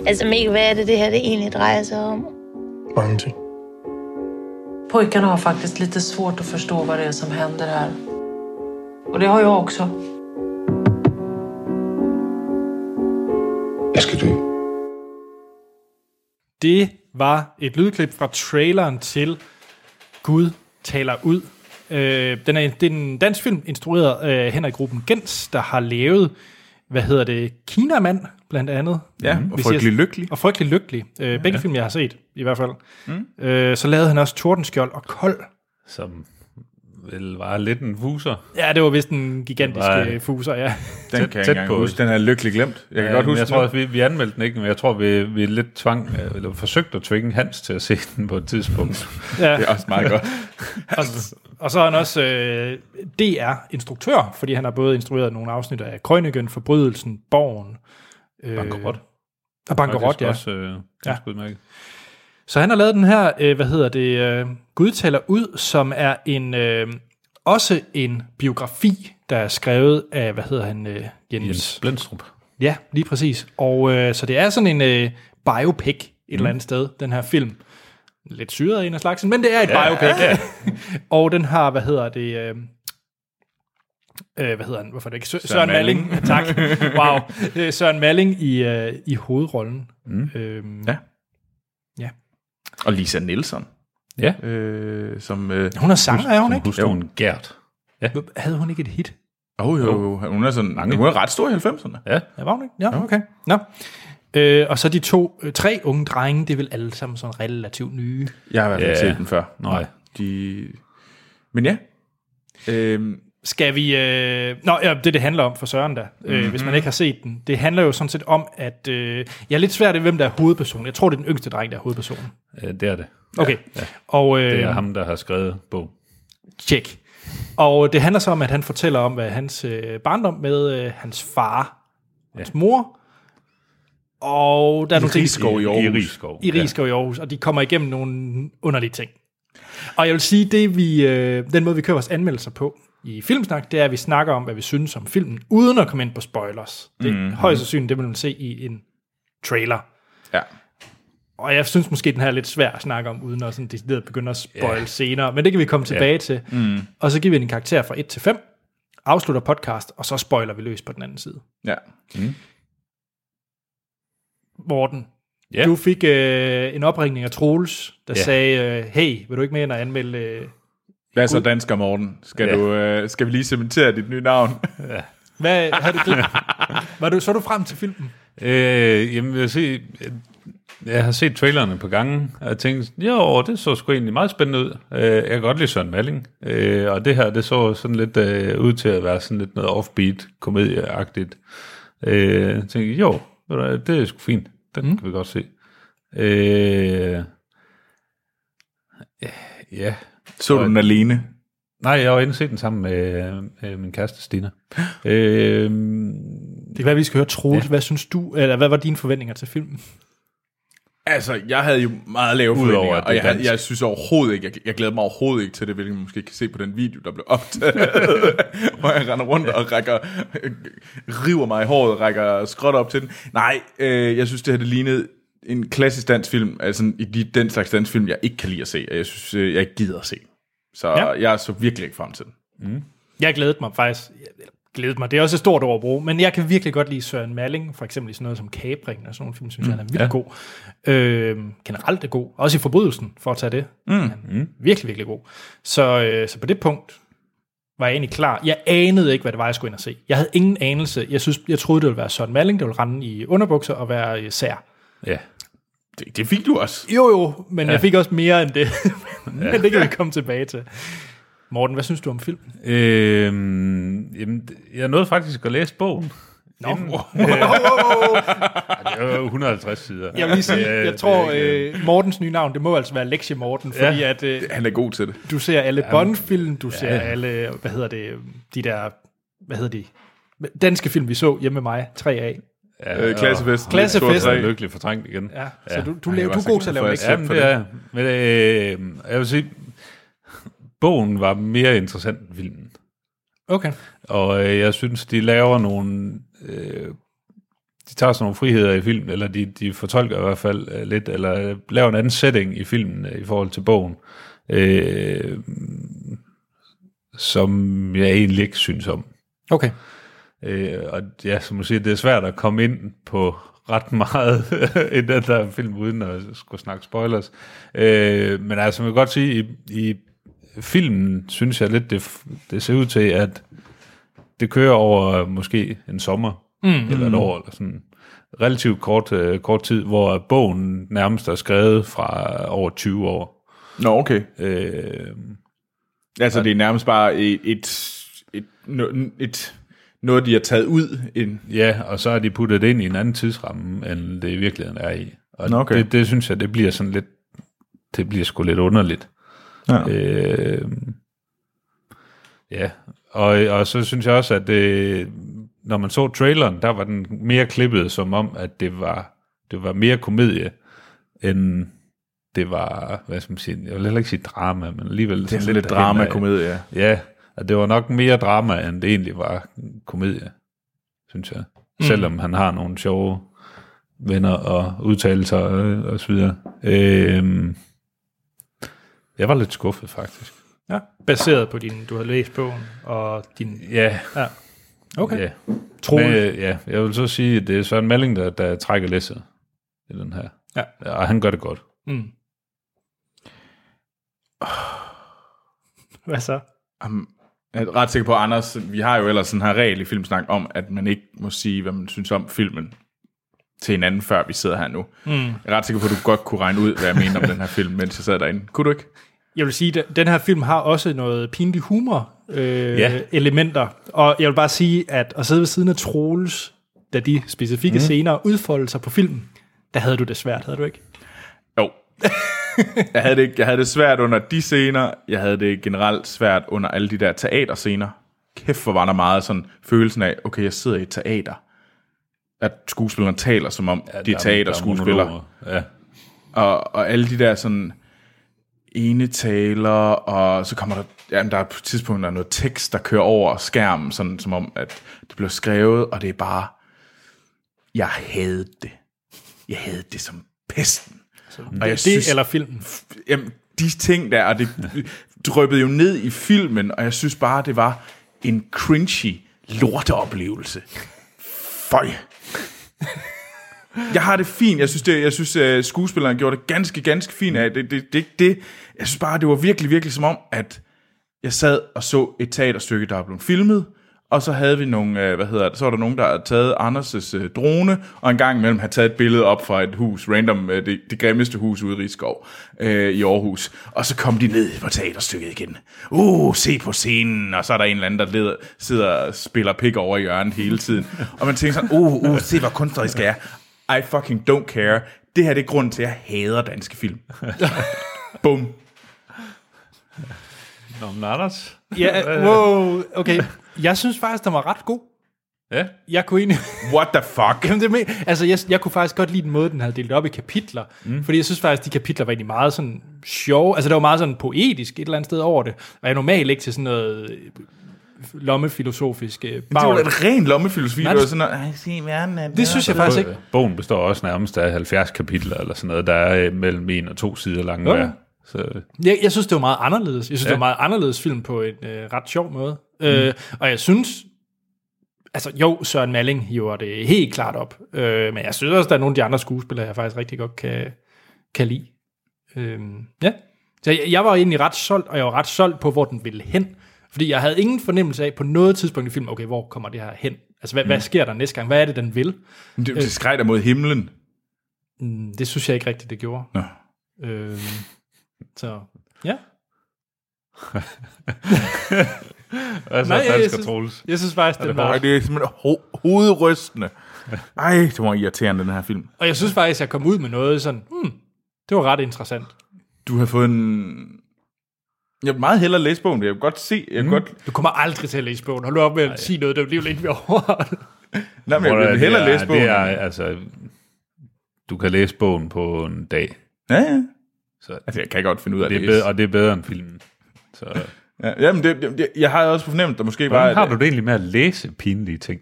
Altså, Mikkel, hvad er det, det her det egentlig drejer sig om? Mange ting. Pojkarna har faktiskt lite svårt att förstå vad det är som händer här. Och det har jag också. Jeg skal dø. Det var et lydklip fra traileren til Gud taler ud. Øh, den er, det er en dansk film, instrueret af øh, Henrik Ruben Gens, der har lavet, hvad hedder det, Kinamand, blandt andet. Mm. Ja, Mhm. Vi og siger- frygtelig lykkelig. Og frygtelig lykkelig. Øh, begge film, jeg har set, i hvert fald. Mm. Øh, så lavede han også Tordenskjold og Kold. Som vel var lidt en fuser. Ja, det var vist en gigantisk Det var- øh, fuser, ja. <laughs> tæt- Den kan jeg tæt ikke engang på. huske. Den er lykkelig glemt. Jeg kan godt huske Øhm, jeg tror, den. at vi, vi anmeldte den ikke, men jeg tror, vi, vi lidt tvang, øh, eller forsøgte at tvinge Hans til at se den på et <laughs> tidspunkt. ja. Det er også meget godt. Og, og så er han også øh, DR-instruktør, fordi han har både instrueret nogle afsnit af Krøniken, Forbrydelsen, Borgen. Øh, Bankerot. Og Bankerot, Faktisk ja. Også, øh, Ja. ja. Udmærket. Så han har lavet den her, øh, hvad hedder det, øh, Gud taler ud, som er en øh, også en biografi, der er skrevet af, hvad hedder han, øh, Jens? Jens Blendstrup. Ja, lige præcis. Og øh, så det er sådan en øh, biopic et Mhm. mm. eller andet sted, den her film. Lidt syret af en af slagsen, men det er et ja, biopic. Ja. og den har, hvad hedder det... Øh, øh, hvad hedder han? Hvorfor er det ikke? Sø- Søren Malling. Malling. <laughs> tak. Wow. Øh, Søren Malling i, øh, i hovedrollen. Mm. Øhm, Ja. Ja. Og Lisa Nielsen, Ja. øh, som... Øh, Hun er sanger, er hun ikke? Hustruen Gert. Havde hun ikke et hit? oh, jo, jo, hun er sådan... Mange. Hun er ret stor i 90'erne. Ja. Ja, var hun ikke? Ja, okay. Nå. Øh, og så de to, øh, tre unge drenge, det er vel alle sammen sådan relativt nye. Jeg har i hvert fald Ja. set den før. Nej. De... Men ja. Øhm, Skal vi... Øh... Nå, ja, det det handler om for Søren da, øh, mm-hmm. hvis man ikke har set den. Det handler jo sådan set om, at... Øh... Jeg er lidt svært ved, hvem der er hovedpersonen. Jeg tror, det er den yngste dreng, der er hovedpersonen. Øh, det er det. Okay. Ja, ja. Og, øh... Det Øhm. er ham, der har skrevet bogen. Tjek. Og det handler så om, at han fortæller om hvad hans øh, barndom med øh, hans far, ja. hans mor, og der er nogle ting- Risskov i Aarhus. I Rigskov. i Rigskov i Aarhus, og de kommer igennem nogle underlige ting. Og jeg vil sige, det vi, øh, den måde, vi kører vores anmeldelser på i Filmsnak, det er, at vi snakker om, hvad vi synes om filmen, uden at komme ind på spoilers. Det er Mhm. mm-hmm. højst sandsynligt, det vil man se i en trailer. ja. Og jeg synes måske, den her er lidt svær at snakke om, uden at sådan decideret begynde at spoil yeah. senere. Men det kan vi komme tilbage yeah. til. Mm. Og så giver vi den en karakter fra 1 til 5, afslutter podcast, og så spoiler vi løs på den anden side. Ja. Morten, Ja. du fik øh, en opringning af Troels, der Ja. sagde, øh, hey, vil du ikke med ind og anmelde... Øh, Hvad så dansker, Morten? Skal, Ja. ja. du, øh, skal vi lige cementere dit nye <laughs> navn? Hvad har du glemt? Var du, så du frem til filmen? Øh, jamen, jeg vil sige, Jeg har set trailerne på gangen, og jeg tænkte, jo, det så sgu egentlig meget spændende ud. Øh, Jeg kan godt lide Søren Malling, øh, og det her, det så sådan lidt øh, ud til at være sådan lidt noget offbeat, komedieagtigt. Øh, Jeg tænkte, jo, ved du hvad, det er sgu fint. Den mm. kan vi godt se. Øh, ja, Så du den alene? nej, jeg har endnu set den sammen med, med min kæreste Stina. Øh, Det kan være, vi skal høre Troels. Ja. Hvad synes du, eller hvad var dine forventninger til filmen? Altså, jeg havde jo meget lave forventninger, at det og jeg, er havde, dansk. jeg synes overhovedet ikke, jeg, jeg glæder mig overhovedet ikke til det, hvilket man måske kan se på den video, der blev <laughs> optaget, hvor jeg render rundt og rækker, river mig i håret, rækker skråt op til den. Nej, øh, jeg synes, det her det lignede en klassisk dansk film, altså i de, den slags dansk film, jeg ikke kan lide at se, og jeg synes, øh, jeg ikke gider at se. Så Ja. ja. jeg så virkelig ikke frem til den. Jeg glædede mig faktisk. Jeg glædede mig. Det er også et stort ord at bruge, men jeg kan virkelig godt lide Søren Malling, for eksempel i sådan noget som Kabringen og sådan nogle film, synes jeg, han er vildt Mm, ja. god. Øh, generelt er god. Også i Forbrydelsen, for at tage det. Mm. Han er virkelig, virkelig god. Så, øh, så på det punkt var jeg egentlig klar. Jeg anede ikke, hvad det var, jeg skulle ind og se. Jeg havde ingen anelse. Jeg, synes, jeg troede, det ville være Søren Malling, der ville rende i underbukser og være øh, sær. Ja. Det, det fik du også. Jo, jo, men ja. jeg fik også mere end det. <laughs> men ja. det kan vi komme tilbage til. Morten, hvad synes du om filmen? Øhm, jamen, d- jeg nåede faktisk at læse bogen. Nå, Ej, Det var jo 150 sider. Jeg vil lige sige, Øh, jeg det tror, er ikke- øh, Mortens nye navn, det må altså være Lektie Morten, fordi ja. at øh, Han er god til det. du ser alle Bond-film, du ser alle, hvad hedder det, øh, de der, hvad hedder de, danske film, vi så hjemme med mig, 3A. Ja, Øh, klassefest. Klassefest. Og, og lykkelig fortrængt igen. Ja, så du, du, Ej, laver, du jeg var er så god glad til at for, lave at lektier. jeg Jamen, for det det. er jeg. Men øh, jeg vil sige, bogen var mere interessant end filmen. Okay. Og øh, jeg synes, de laver nogle... Øh, de tager sådan nogle friheder i filmen, eller de, de fortolker i hvert fald øh, lidt, eller laver en anden setting i filmen øh, i forhold til bogen, øh, som jeg egentlig ikke synes om. Okay. Øh, og ja, som du siger, det er svært at komme ind på ret meget <laughs> i den der film, uden at skulle snakke spoilers. Øh, men altså, man kan godt sige, i, i filmen synes jeg lidt, det, f- det ser ud til, at det kører over øh, måske en sommer, mm, eller et år, eller sådan relativt kort, øh, kort tid, hvor bogen nærmest er skrevet fra over 20 år. Nå, okay. Øh, Altså, det er nærmest bare et, et, et, no- et noget, de har taget ud. En, Ja, og så har de puttet det ind i en anden tidsramme, end det i virkeligheden er i. Og Nå, okay. det, det synes jeg, det bliver sådan lidt, det bliver sgu lidt underligt. Ja. Øh, ja, og, og så synes jeg også, at øh, når man så traileren, der var den mere klippet, som om, at det var, det var mere komedie, end det var, hvad skal man sige, jeg vil heller ikke sige drama, men alligevel det er sådan sådan lidt derhenad. drama-komedie, ja. Ja, og det var nok mere drama, end det egentlig var komedie, synes jeg. Mm. Selvom han har nogle sjove venner og udtalelser og, og så videre. Øhm, jeg var lidt skuffet, faktisk. Ja. Baseret på din, du har læst bogen, og din... Ja, Ja. Okay. ja. Men, Troels. øh, ja. Jeg vil så sige, at det er Søren Malling, der, der trækker læsset i den her. Ja. Og han gør det godt. Mm. Hvad så? Jeg er ret sikker på, Anders, vi har jo ellers sådan her regel i Filmsnak om, at man ikke må sige, hvad man synes om filmen til hinanden, før vi sidder her nu. Mm. Jeg er ret sikker på, at du godt kunne regne ud, hvad jeg mener om den her film, mens jeg sad derinde. Kunne du ikke? Jeg vil sige, at den her film har også noget pinlig humor øh, Ja. ja. elementer, og jeg vil bare sige, at at sidde ved siden af Troels, da de specifikke Mhm. mm. scener udfoldede sig på filmen, der havde du det svært, havde du ikke? Jo. jeg, havde det ikke, jeg havde det svært under de scener. Jeg havde det generelt svært under alle de der teaterscener. Kæft, hvor var der meget sådan følelsen af, okay, jeg sidder i et teater. At skuespilleren taler, som om ja, de er Der- der teaterskuespillere. monologer. Ja. Og, og alle de der sådan ene taler, og så kommer der, jamen der er på et tidspunkt der er noget tekst, der kører over skærmen, sådan som om, at det blev skrevet, og det er bare, jeg havde det. Jeg havde det som pesten. Og jeg det eller filmen? jamen, de ting der, og det drøbbede jo ned i filmen, og jeg synes bare, det var en cringy lorteoplevelse. Føj. Jeg har det fint. Jeg synes, det, jeg synes uh, skuespilleren gjorde det ganske, ganske fint af. Det, det, det, det, jeg synes bare, det var virkelig, virkelig som om, at jeg sad og så et teaterstykke, der er blevet filmet, Og så havde vi nogle, øh, hvad hedder det, så var der nogen, der havde taget Anders' øh, drone, og en gang imellem havde taget et billede op fra et hus, random, øh, det, det grimmeste hus ude i Rigskov øh, i Aarhus. Og så kom de ned på teaterstykket igen. Uh, se på scenen, og så er der en eller anden, der leder, sidder og spiller pik over i hjørnet hele tiden. Og man tænker sådan, uh, uh, se hvor kunstnerisk jeg er. I fucking don't care. Det her det er grunden til, at jeg hader danske film. Bum. Nå, men Anders. Ja, øh. wow, okay. Jeg synes faktisk, den var ret god. Ja. Jeg kunne egentlig... What the fuck? Jamen, det er me- altså, jeg, jeg kunne faktisk godt lide den måde, den havde delt op i kapitler. Mm. Fordi jeg synes faktisk, de kapitler var egentlig meget sådan sjove. Altså, der var meget sådan poetisk et eller andet sted over det. Og jeg er normalt ikke til sådan noget øh, lommefilosofisk øh, Det var bagl. da en ren lommefilosofi. Nej, Det det- var sådan noget, "Ej, se verden er Det synes jeg faktisk ikke. Bogen består også nærmest af 70 kapitler eller sådan noget, der er øh, mellem en og to sider lange Jo. hver. Så Jeg, jeg synes, det var meget anderledes. Jeg synes, ja. det Ja. var en meget anderledes film på en øh, ret sjov måde. Mm. Øh, og jeg synes... Altså, jo, Søren Malling hiver det helt klart op. Øh, men jeg synes også, der er nogle af de andre skuespillere, jeg faktisk rigtig godt kan, kan lide. Øh, ja. Så jeg, jeg var egentlig ret solgt, og jeg var ret solgt på, hvor den ville hen. Fordi jeg havde ingen fornemmelse af på noget tidspunkt i filmen, okay, hvor kommer det her hen? Altså, hvad, mm. hvad sker der næste gang? Hvad er det, den vil? Men Det, det skreg der mod himlen. Mm, det synes jeg ikke rigtigt, det gjorde. Nå. Øh, så, ja. altså, Nej, Nej, jeg dansker synes- Troels. Jeg synes faktisk, den var... Ej, det er simpelthen ho- hovedrystende. Ej, det var irriterende, den her film. Og jeg synes faktisk, jeg kom ud med noget sådan, hmm, det var ret interessant. Du har fået en... Jeg vil meget hellere læse bogen. Jeg vil godt se... Jeg mm. godt... Du kommer aldrig til at læse bogen. Hold nu op med at sige noget, der bliver lidt over. Nej, men Hvor jeg der- vil hellere det er- læse bogen. Det er, altså, du kan læse bogen på en dag, Ja, ja. Så- altså, jeg kan godt finde ud af det det. er bedre, og det er bedre end filmen. Så, Ja, jamen, det, det, det- jeg har også fornemt, der måske var... hvordan et- har du det egentlig med at læse pinlige ting?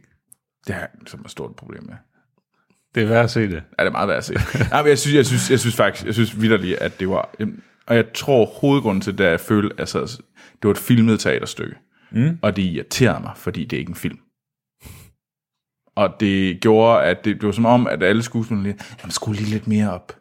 Det er som er et stort problem, ja. Det er værd at se det. Ja, det er meget værd at <laughs> se. Nej, men jeg synes, jeg synes, jeg synes faktisk, jeg synes vidderligt, at det var... jamen, Og jeg tror, hovedgrunden til det, er, at jeg følte, altså, det var et filmet teaterstykke. Mm. Og det irriterede mig, fordi det er ikke en film. Og det gjorde, at det, det var som om, at alle skuespillerne lige, jamen, skru lige lidt mere op.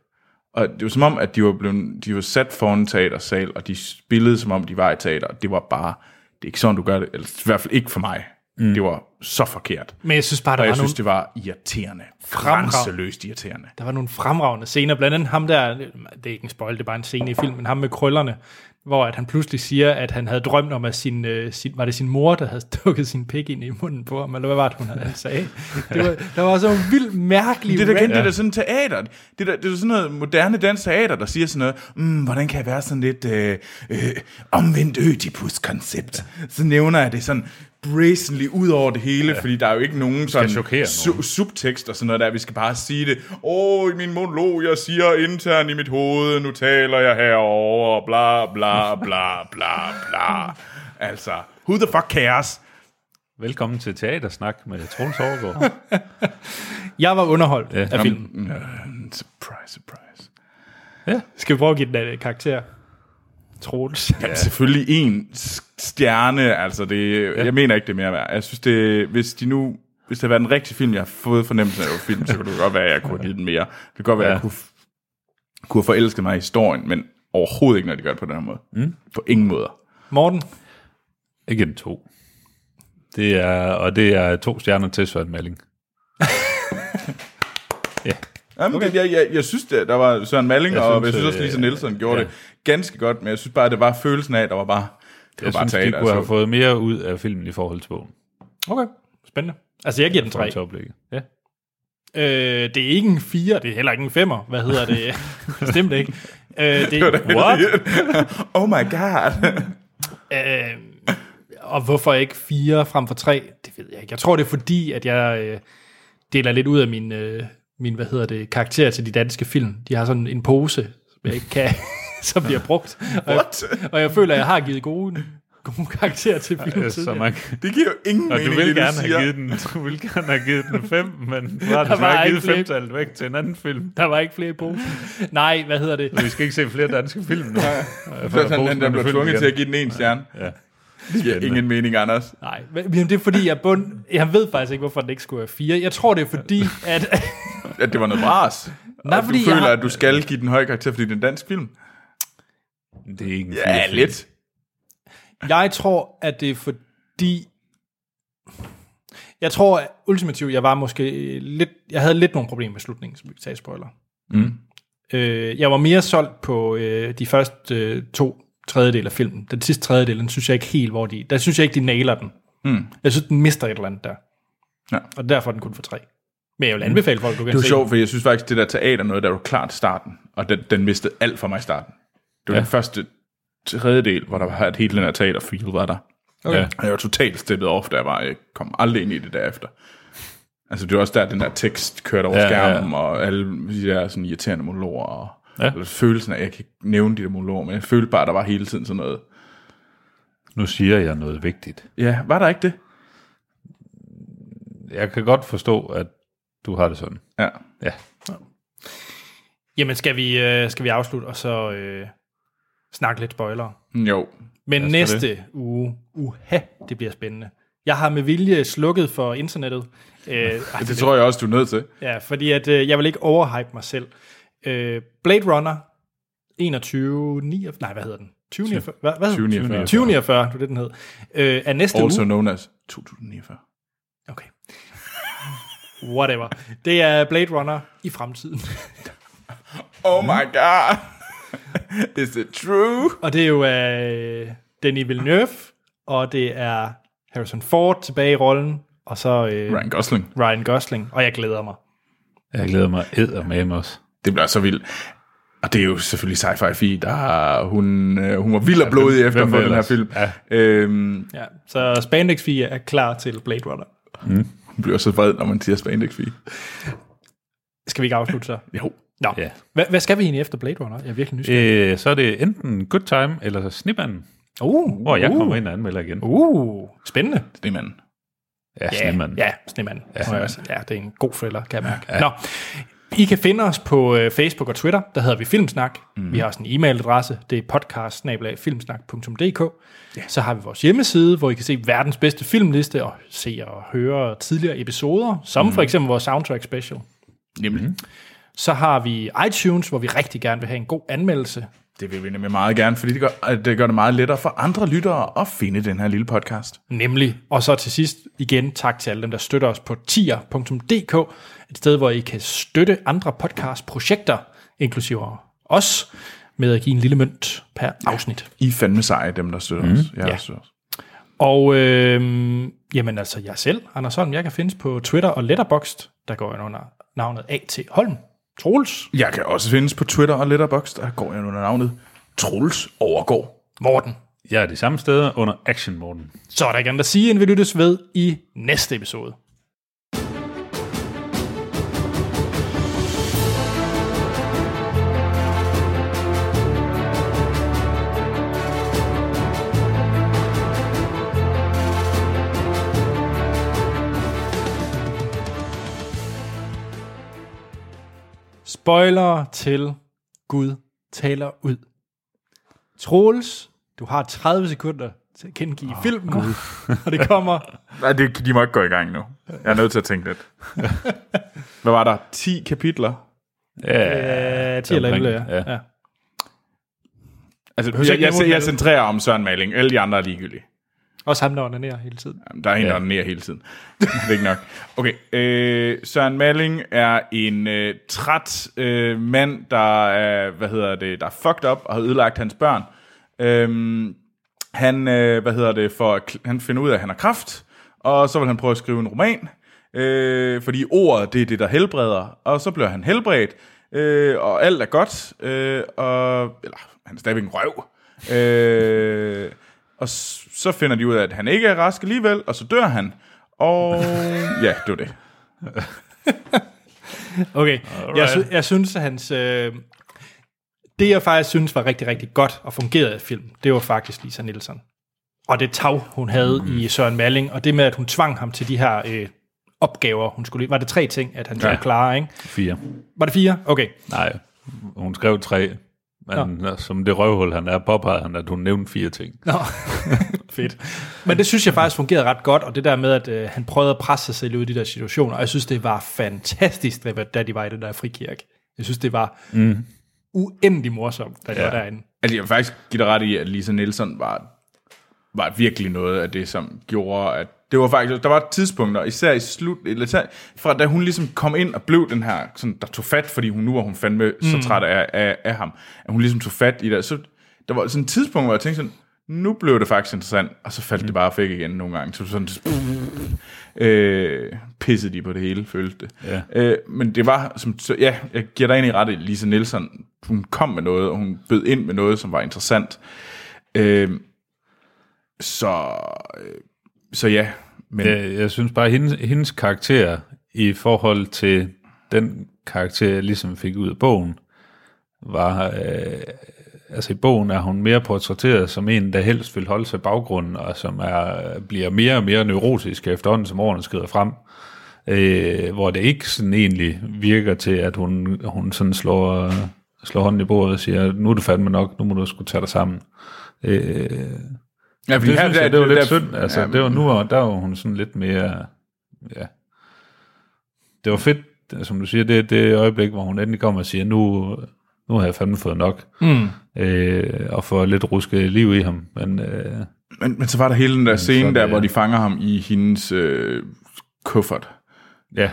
Og det var som om, at de var, blevet, de var sat foran en teatersal, og de spillede, som om de var i teater. Det var bare, det er ikke sådan, du gør det. Eller, i hvert fald ikke for mig. Mm. Det var så forkert. <laughs> Men jeg synes bare, der Og jeg var, synes, nogle, det var irriterende. Fremragende. Franseløst irriterende. der var nogle fremragende scener. Blandt andet ham der, det er ikke en spoil, det er bare en scene i filmen, ham med krøllerne, hvor at han pludselig siger, at han havde drømt om, at sin, øh, sin, var det sin mor, der havde <laughs> stukket sin pik ind i munden på ham, eller hvad var det, hun havde sagde? Det <laughs> var, der var sådan nogle vildt mærkelige... Det der kendte, random- det er da sådan teater. Det er da- det er da sådan noget moderne dansk teater, der siger sådan noget, mm, hvordan kan jeg være sådan lidt øh, øh, omvendt ødipus-koncept? Så nævner jeg det sådan brazenly ud over det hele, ja. fordi der er jo ikke nogen sådan chokere nogen. subtekst og sådan noget der. Vi skal bare sige det. Åh, i min monolog, jeg siger internt i mit hoved, nu taler jeg herover, bla bla bla bla bla. Altså, who the fuck cares? Velkommen til Teatersnak med Troels Overgaard. <laughs> Jeg var underholdt ja, af filmen. Mm, øh, surprise, surprise. Skal vi prøve at give den øh, karakter? Troels. Ja. Selvfølgelig en s- stjerne, altså det, ja. jeg mener ikke det er mere værd. Jeg synes det, hvis de nu, hvis det havde været en rigtig film, jeg har fået fornemmelsen af at det var film, så kunne det godt være, at jeg kunne have givet den mere. Det kan godt være, at jeg Ja. kunne, f- kunne have forelsket mig i historien, men overhovedet ikke, når de gør det på den her måde. Mm. På ingen måder. Morten? Ikke en to. Det er, og det er to stjerner til Søren Malling. Jamen, okay. jeg, jeg, jeg synes, det, der var Søren Malling, jeg Jeg og synes, jeg synes også, øh, Lisa Nielsen gjorde ja. det ganske godt, men jeg synes bare, at det var følelsen af, at der var bare, det var Jeg bare synes, de teater. kunne have Altså. fået mere ud af filmen i forhold til bogen. Okay, spændende. Altså, jeg giver den tre. Troels oplægget. Ja. Øh, det er ikke en 4, det er heller ikke en 5'er. Hvad hedder det? Bestemt ikke. Øh, det, what? oh my god. <laughs> Øh, og hvorfor ikke 4 frem for 3? Det ved jeg ikke. Jeg tror, det er fordi, at jeg øh, deler lidt ud af min, øh, min hvad hedder det, karakter til de danske film. De har sådan en pose, som jeg ikke kan, <laughs> som bliver brugt. Og jeg, What? og jeg føler, at jeg har givet gode, gode karakterer til film Ja, så tidligere. man, Det giver jo ingen og mening, du vil det, gerne du have siger. givet den, du vil gerne have givet den fem, men så har var du har ikke givet flere. femtallet væk til en anden film. Der var ikke flere i posen. Nej, hvad hedder det? Så vi skal ikke se flere danske film nu. Øh, Så er sådan, den der blev tvunget til at give den en stjerne. Ja. Det giver ingen mening, Anders. Nej, men men det er fordi, jeg, bund, jeg ved faktisk ikke, hvorfor den ikke skulle være 4. Jeg tror, det er fordi, at... <laughs> At det var noget bras. Nej, Og du fordi jeg føler, har- at du skal give den høj karakter, fordi det er en dansk film. Det er ikke en Ja, film. lidt. Jeg tror, at det er fordi... jeg tror ultimativt, jeg var måske lidt, jeg havde lidt nogle problemer med slutningen, som vi kan tage i spoiler. Mm. Øh, jeg var mere solgt på øh, de første øh, to tredjedel af filmen. Den sidste tredjedel, den synes jeg ikke helt, hvor de... Der synes jeg ikke, de nailer den. Mm. Jeg synes, den mister et eller andet der. Ja. Og derfor er den kun for tre. Men jeg vil anbefale folk, du kan Det var se sjovt, for jeg synes faktisk, det der teater noget, der var klart starten, og den, den mistede alt for mig i starten. Det var ja. den første tredjedel, hvor der var et helt den her teaterfeel, var der. Okay. Og jeg var totalt steppet off, da jeg var, jeg kom aldrig ind i det derefter. Altså, det var også der, den der tekst kørte over Ja, ja, ja, ja. skærmen, ja. og alle de der sådan, irriterende monologer, og Ja. ja. eller følelsen af, jeg kan ikke nævne de der monologer, men jeg følte bare, der var hele tiden sådan noget. Nu siger jeg noget vigtigt. Ja, var der ikke det? Jeg kan godt forstå, at du har det sådan. Ja. Ja. Jamen, skal vi, øh, skal vi afslutte og så øh, snakke lidt spoilere? Jo. Men Lad os gøre næste det. uge, uha, det bliver spændende. Jeg har med vilje slukket for internettet. Øh, ej, Det tror jeg også, du er nødt til. Ja, fordi at, øh, jeg vil ikke overhype mig selv. Øh, Blade Runner 2149, nej, hvad hedder den? 2049, hvad, hvad hedder den? 2049. 2049, det var det, den hed. Øh, er næste Also uge. known as 2049. Okay. <laughs> Whatever. Det er Blade Runner i fremtiden. <laughs> Oh my god! <laughs> Is it true? Og det er jo øh, Denis Villeneuve, og det er Harrison Ford tilbage i rollen, og så øh, Ryan Gosling. Ryan Gosling, og jeg glæder mig. Jeg glæder mig eddermame også. Det bliver så vildt. Og det er jo selvfølgelig sci-fi fi der har- hun, øh, hun var vild og blodig ja, efter hvem at få den her ellers? film. Ja. Øhm, Ja. Så Spandex 4 er klar til Blade Runner. hun bliver så vred, når man siger spandex fi Skal vi ikke afslutte så? Jo. Nå. Ja. Hva- hvad skal vi egentlig efter Blade Runner? Jeg er virkelig nysgerrig. Øh, så er det enten Good Time eller Snibanden, Uh, hvor jeg uh, kommer ind og anmelder igen. Uh, spændende. Det er manden. Ja, Snibanden. Ja, snemanden. Ja, ja, det er en god thriller, kan jeg mærke. Ja. Nå, I kan finde os på øh, Facebook og Twitter, der hedder vi Filmsnak. Mm. Vi har også en e-mailadresse, det er podcast ja. Så har vi vores hjemmeside, hvor I kan se verdens bedste filmliste og se og høre tidligere episoder, som mm. for eksempel vores soundtrack special. Nemlig. Mhm. Mm. Så har vi iTunes, hvor vi rigtig gerne vil have en god anmeldelse. Det vil vi nemlig meget gerne, fordi det gør, øh, det gør det meget lettere for andre lyttere at finde den her lille podcast. Nemlig. Og så til sidst igen tak til alle dem, der støtter os på tier.dk, et sted, hvor I kan støtte andre podcastprojekter, inklusive os, med at give en lille mønt per afsnit. I er fandme seje, dem der Mhm. støtter mm. os. Jeg ja. Støtter. os. Og øh, jamen altså, jeg selv, Anders Holm, jeg kan findes på Twitter og Letterboxd, der går jeg under navnet A.T. Holm. Troels, Jeg kan også findes på Twitter og Letterboxd, der går jeg under navnet Troels Overgaard. Morten. Jeg er de samme steder under Action Morten. Så er der gerne at sige, end vi lyttes ved i næste episode. Spoiler til Gud taler ud. Troels, du har 30 sekunder til at gengive oh, filmen, <laughs> og det kommer. Nej, det, de må ikke gå i gang nu. Jeg er nødt til at tænke lidt. <laughs> Hvad var der? 10 kapitler? Ja, 10 eller 11, ja. ja. Altså, behøver jeg, ikke jeg, nævne jeg, jeg alle. centrerer om Søren Maling. Alle de andre er ligegyldige. Også ham, der onanerer hele tiden. Jamen, Der er en, der er hele tiden. det er ikke nok. Okay, øh, Søren Maling er en øh, træt øh, mand, der er, hvad hedder det, der er fucked up og har ødelagt hans børn. Øhm, han, øh, hvad hedder det, for, han finder ud af, at han har kraft, og så vil han prøve at skrive en roman, øh, fordi ordet, det er det, der helbreder, og så bliver han helbredt, øh, og alt er godt, øh, og, eller, han er stadigvæk en røv. Øh, og s- så finder de ud af, at han ikke er rask alligevel, og så dør han. Og ja, det var det. Okay, jeg, sy- jeg synes, at hans... Øh, det, jeg faktisk synes var rigtig, rigtig godt og fungerede i filmen, det var faktisk Lisa Nielsen. Og det tag, hun havde mm. i Søren Malling, og det med, at hun tvang ham til de her øh, opgaver, hun skulle... Var det tre ting, at han skulle Ja. ja. klare, ikke? Fire. Var det fire? Okay. Nej, hun skrev tre. Men som det røvhul, han er, påpegede han, at hun nævnte fire ting. Nå, <laughs> fedt. Men det synes jeg faktisk fungerede ret godt, og det der med, at øh, han prøvede at presse sig selv ud i de der situationer, og jeg synes, det var fantastisk, da- da de var i den der frikirke. Jeg synes, det var mm. uendelig morsomt, da de ja. var derinde. Altså, jeg vil faktisk give dig ret i, at Lisa Nielsen var var virkelig noget af det, som gjorde, at det var faktisk, der var tidspunkter, især i slut, eller især, fra da hun ligesom kom ind og blev den her, sådan, der tog fat, fordi hun nu var hun fandme mm. så træt af, af, af, ham, at hun ligesom tog fat i det. Så der var sådan et tidspunkt, hvor jeg tænkte sådan, nu blev det faktisk interessant, og så faldt mm. det bare væk igen nogle gange. Så sådan, øh, pissede de på det hele, følte det. Ja. Øh, men det var, som, så, ja, jeg giver dig egentlig ret i, Lisa Nielsen, hun kom med noget, og hun bød ind med noget, som var interessant. Øh, så, øh, så ja, men Jeg, jeg synes bare, at hendes, hendes karakter i forhold til den karakter, jeg ligesom fik ud af bogen, var... Øh, altså i bogen er hun mere portrætteret som en, der helst vil holde sig i baggrunden, og som er, bliver mere og mere neurotisk efterhånden, som årene skrider frem. Øh, hvor det ikke sådan egentlig virker til, at hun, hun sådan slår, slår hånden i bordet og siger, nu er du fandme nok, nu må du skulle tage dig sammen. Øh, ja, det, synes jeg, det var lidt der- synd. Altså, ja, det var nu, og der var hun sådan lidt mere... Ja. Det var fedt, som du siger, det, det øjeblik, hvor hun endelig kommer og siger, nu, nu har jeg fandme fået nok. Mm. Øh, og får lidt ruske liv i ham. Men øh, men, men så var der hele den der scene sådan, der, ja. hvor de fanger ham i hendes øh, kuffert. ja,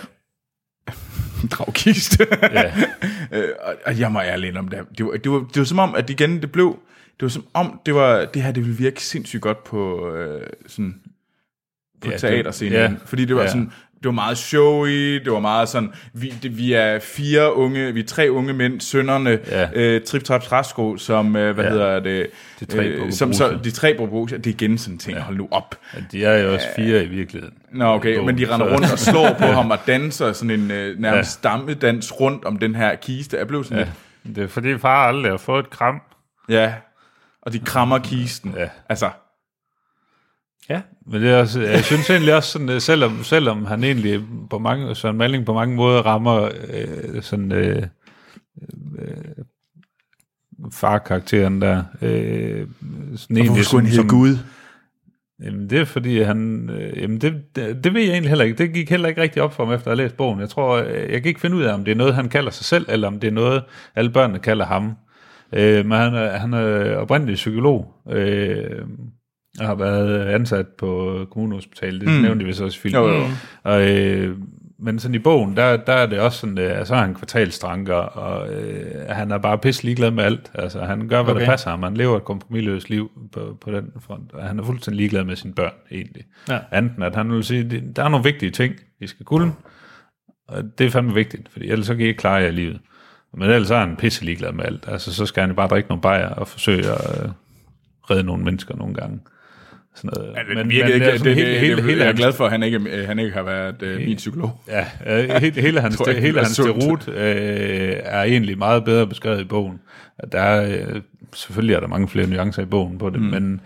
dragkiste. Ja. <laughs> øh, og, og jeg må ærlig indrømme, det, det, var, det, var, det var som om, at igen, det blev, det var som om, det, var, det her, det ville virke sindssygt godt på, øh, sådan, på Ja, ja, det- teaterscenen. ja. Ja. Fordi det var Ja. ja. sådan, det var meget showy, det var meget sådan, vi, det, vi er fire unge, vi er tre unge mænd, sønderne, Ja. ja. øh, Trip Trap Trasko, som, øh, hvad Ja. ja. hedder det, Øh, De tre Bobo som så, Bruse. de tre Bobo-Bruse, det er igen sådan en ting, ja. hold nu op. de er jo også fire i virkeligheden. Nå, okay, Bogen, men de render så- <laughs> rundt og slår på ham og danser sådan en øh, nærmest ja. stammedans rundt om den her kiste. Jeg blev sådan ja. Ja. Det er fordi far aldrig har fået et kram. ja. Og de krammer kisten. Ja. Altså, Ja, men det er også, jeg synes egentlig også, sådan, øh, selvom, selvom han egentlig på mange, Søren Malling på mange måder rammer øh, sådan øh, øh, farkarakteren der. Øh, sådan hvorfor skulle han hedde Gud? Jamen det er fordi han, øh, jamen det, det, det ved jeg egentlig heller ikke. Det gik heller ikke rigtig op for mig efter at have læst bogen. Jeg tror, øh, jeg kan ikke finde ud af, om det er noget, han kalder sig selv, eller om det er noget, alle børnene kalder ham. Øh, men han er, han er oprindelig psykolog, øh, og har været ansat på kommunehospitalet. Det mm. nævnte vi så også i filmen. Jo, jo. Mm. Og, øh, men sådan i bogen, der, der er det også sådan, øh, så har han kvartalstranker, og øh, han er bare pisse ligeglad med alt. Altså, han gør, hvad okay. der Okay. passer ham. Han lever et kompromilløst liv på, på den front, og han er fuldstændig ligeglad med sine børn, egentlig. Ja. Enten at han vil sige, "Det- der er nogle vigtige ting, vi skal kunne, og det er fandme vigtigt, for ellers så kan I ikke klare jer i livet. Men ellers er han pisse ligeglad med alt. Altså, så skal han jo bare drikke nogle bajer og forsøge at øh, redde nogle mennesker nogle gange. Sådan noget. Ja, det men, virkede ikke. er Det, det, sådan det, hele- hele- det, hele jeg er hans- glad for, at han ikke, øh, han ikke har været øh, min psykolog. Ja, øh, hele, hele hans, <laughs> Tror jeg ikke, hele det er hans sundt. derut øh, er egentlig meget bedre beskrevet i bogen. Der er, øh, selvfølgelig er der mange flere nuancer i bogen på det, mm. men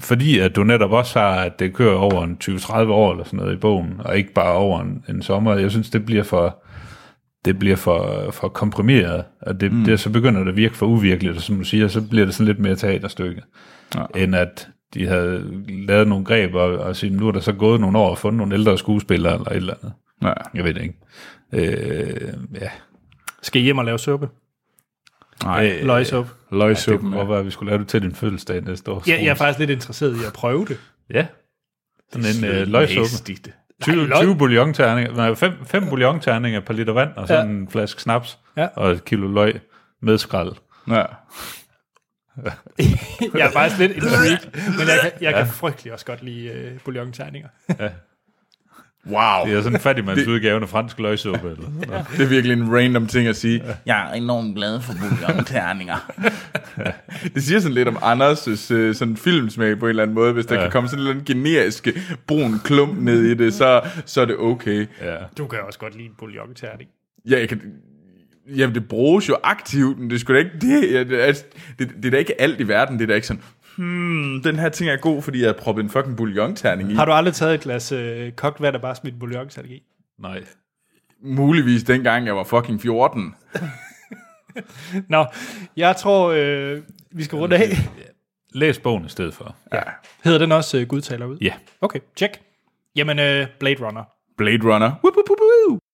fordi at du netop også har, at det kører over en 20-30 år eller sådan noget i bogen, og ikke bare over en, en sommer, jeg synes, det bliver for det bliver for, for komprimeret, og det, mm. det, så begynder det at virke for uvirkeligt, og som du siger, så bliver det sådan lidt mere teaterstykke, ja. end at de havde lavet nogle greb og, og sige, nu er der så gået nogle år og fundet nogle ældre skuespillere eller et eller andet. Ja. Jeg ved det ikke. Øh, ja. Skal I hjem og lave suppe? Nej, Øh, Løgsuppe? Det løgsuppen. kunne godt være, at vi skulle lave det til din fødselsdag næste år. Ja, jeg er faktisk lidt interesseret i at prøve <laughs> det. Ja. Sådan en øh, løgsuppe. Hastigt. 20, løg. 20 bouillonterninger, nej, 5, 5 bouillonterninger per liter vand, og sådan Ja. en flaske snaps, Ja. og et kilo løg med skrald. Ja. Jeg er faktisk lidt intrigued, men jeg kan, jeg kan frygtelig også godt lide øh, bouillonterninger. Wow. Det er sådan en fattigmandsudgave af fransk løgsuppe. Eller sådan noget. Det er virkelig en random ting at sige. Jeg er enormt glad for bouillonterninger. <laughs> Det siger sådan lidt om Anders' øh, sådan filmsmag på en eller anden måde. Hvis der ja. kan komme sådan en eller anden generisk brun klump ned i det, så, så er det okay. Ja. Du kan også godt lide en bouillonterning. Ja, jeg kan... Jamen, det bruges jo aktivt, men det skulle da ikke det. Ja, det, altså, det, det er da ikke alt i verden. Det er da ikke sådan, hmm, den her ting er god, fordi jeg har proppet en fucking bouillonterning i. Har du aldrig taget et glas øh, kogt vand og bare smidt en bouillonterning i? Nej. Muligvis dengang, jeg var fucking 14. Nå, jeg tror, øh, vi skal runde af. Læs bogen i stedet for. Ja. Hedder den også øh, Gud taler ud? Ja. Okay, tjek. Jamen, øh, Blade Runner. Blade Runner. Woop, woop, woop, woop.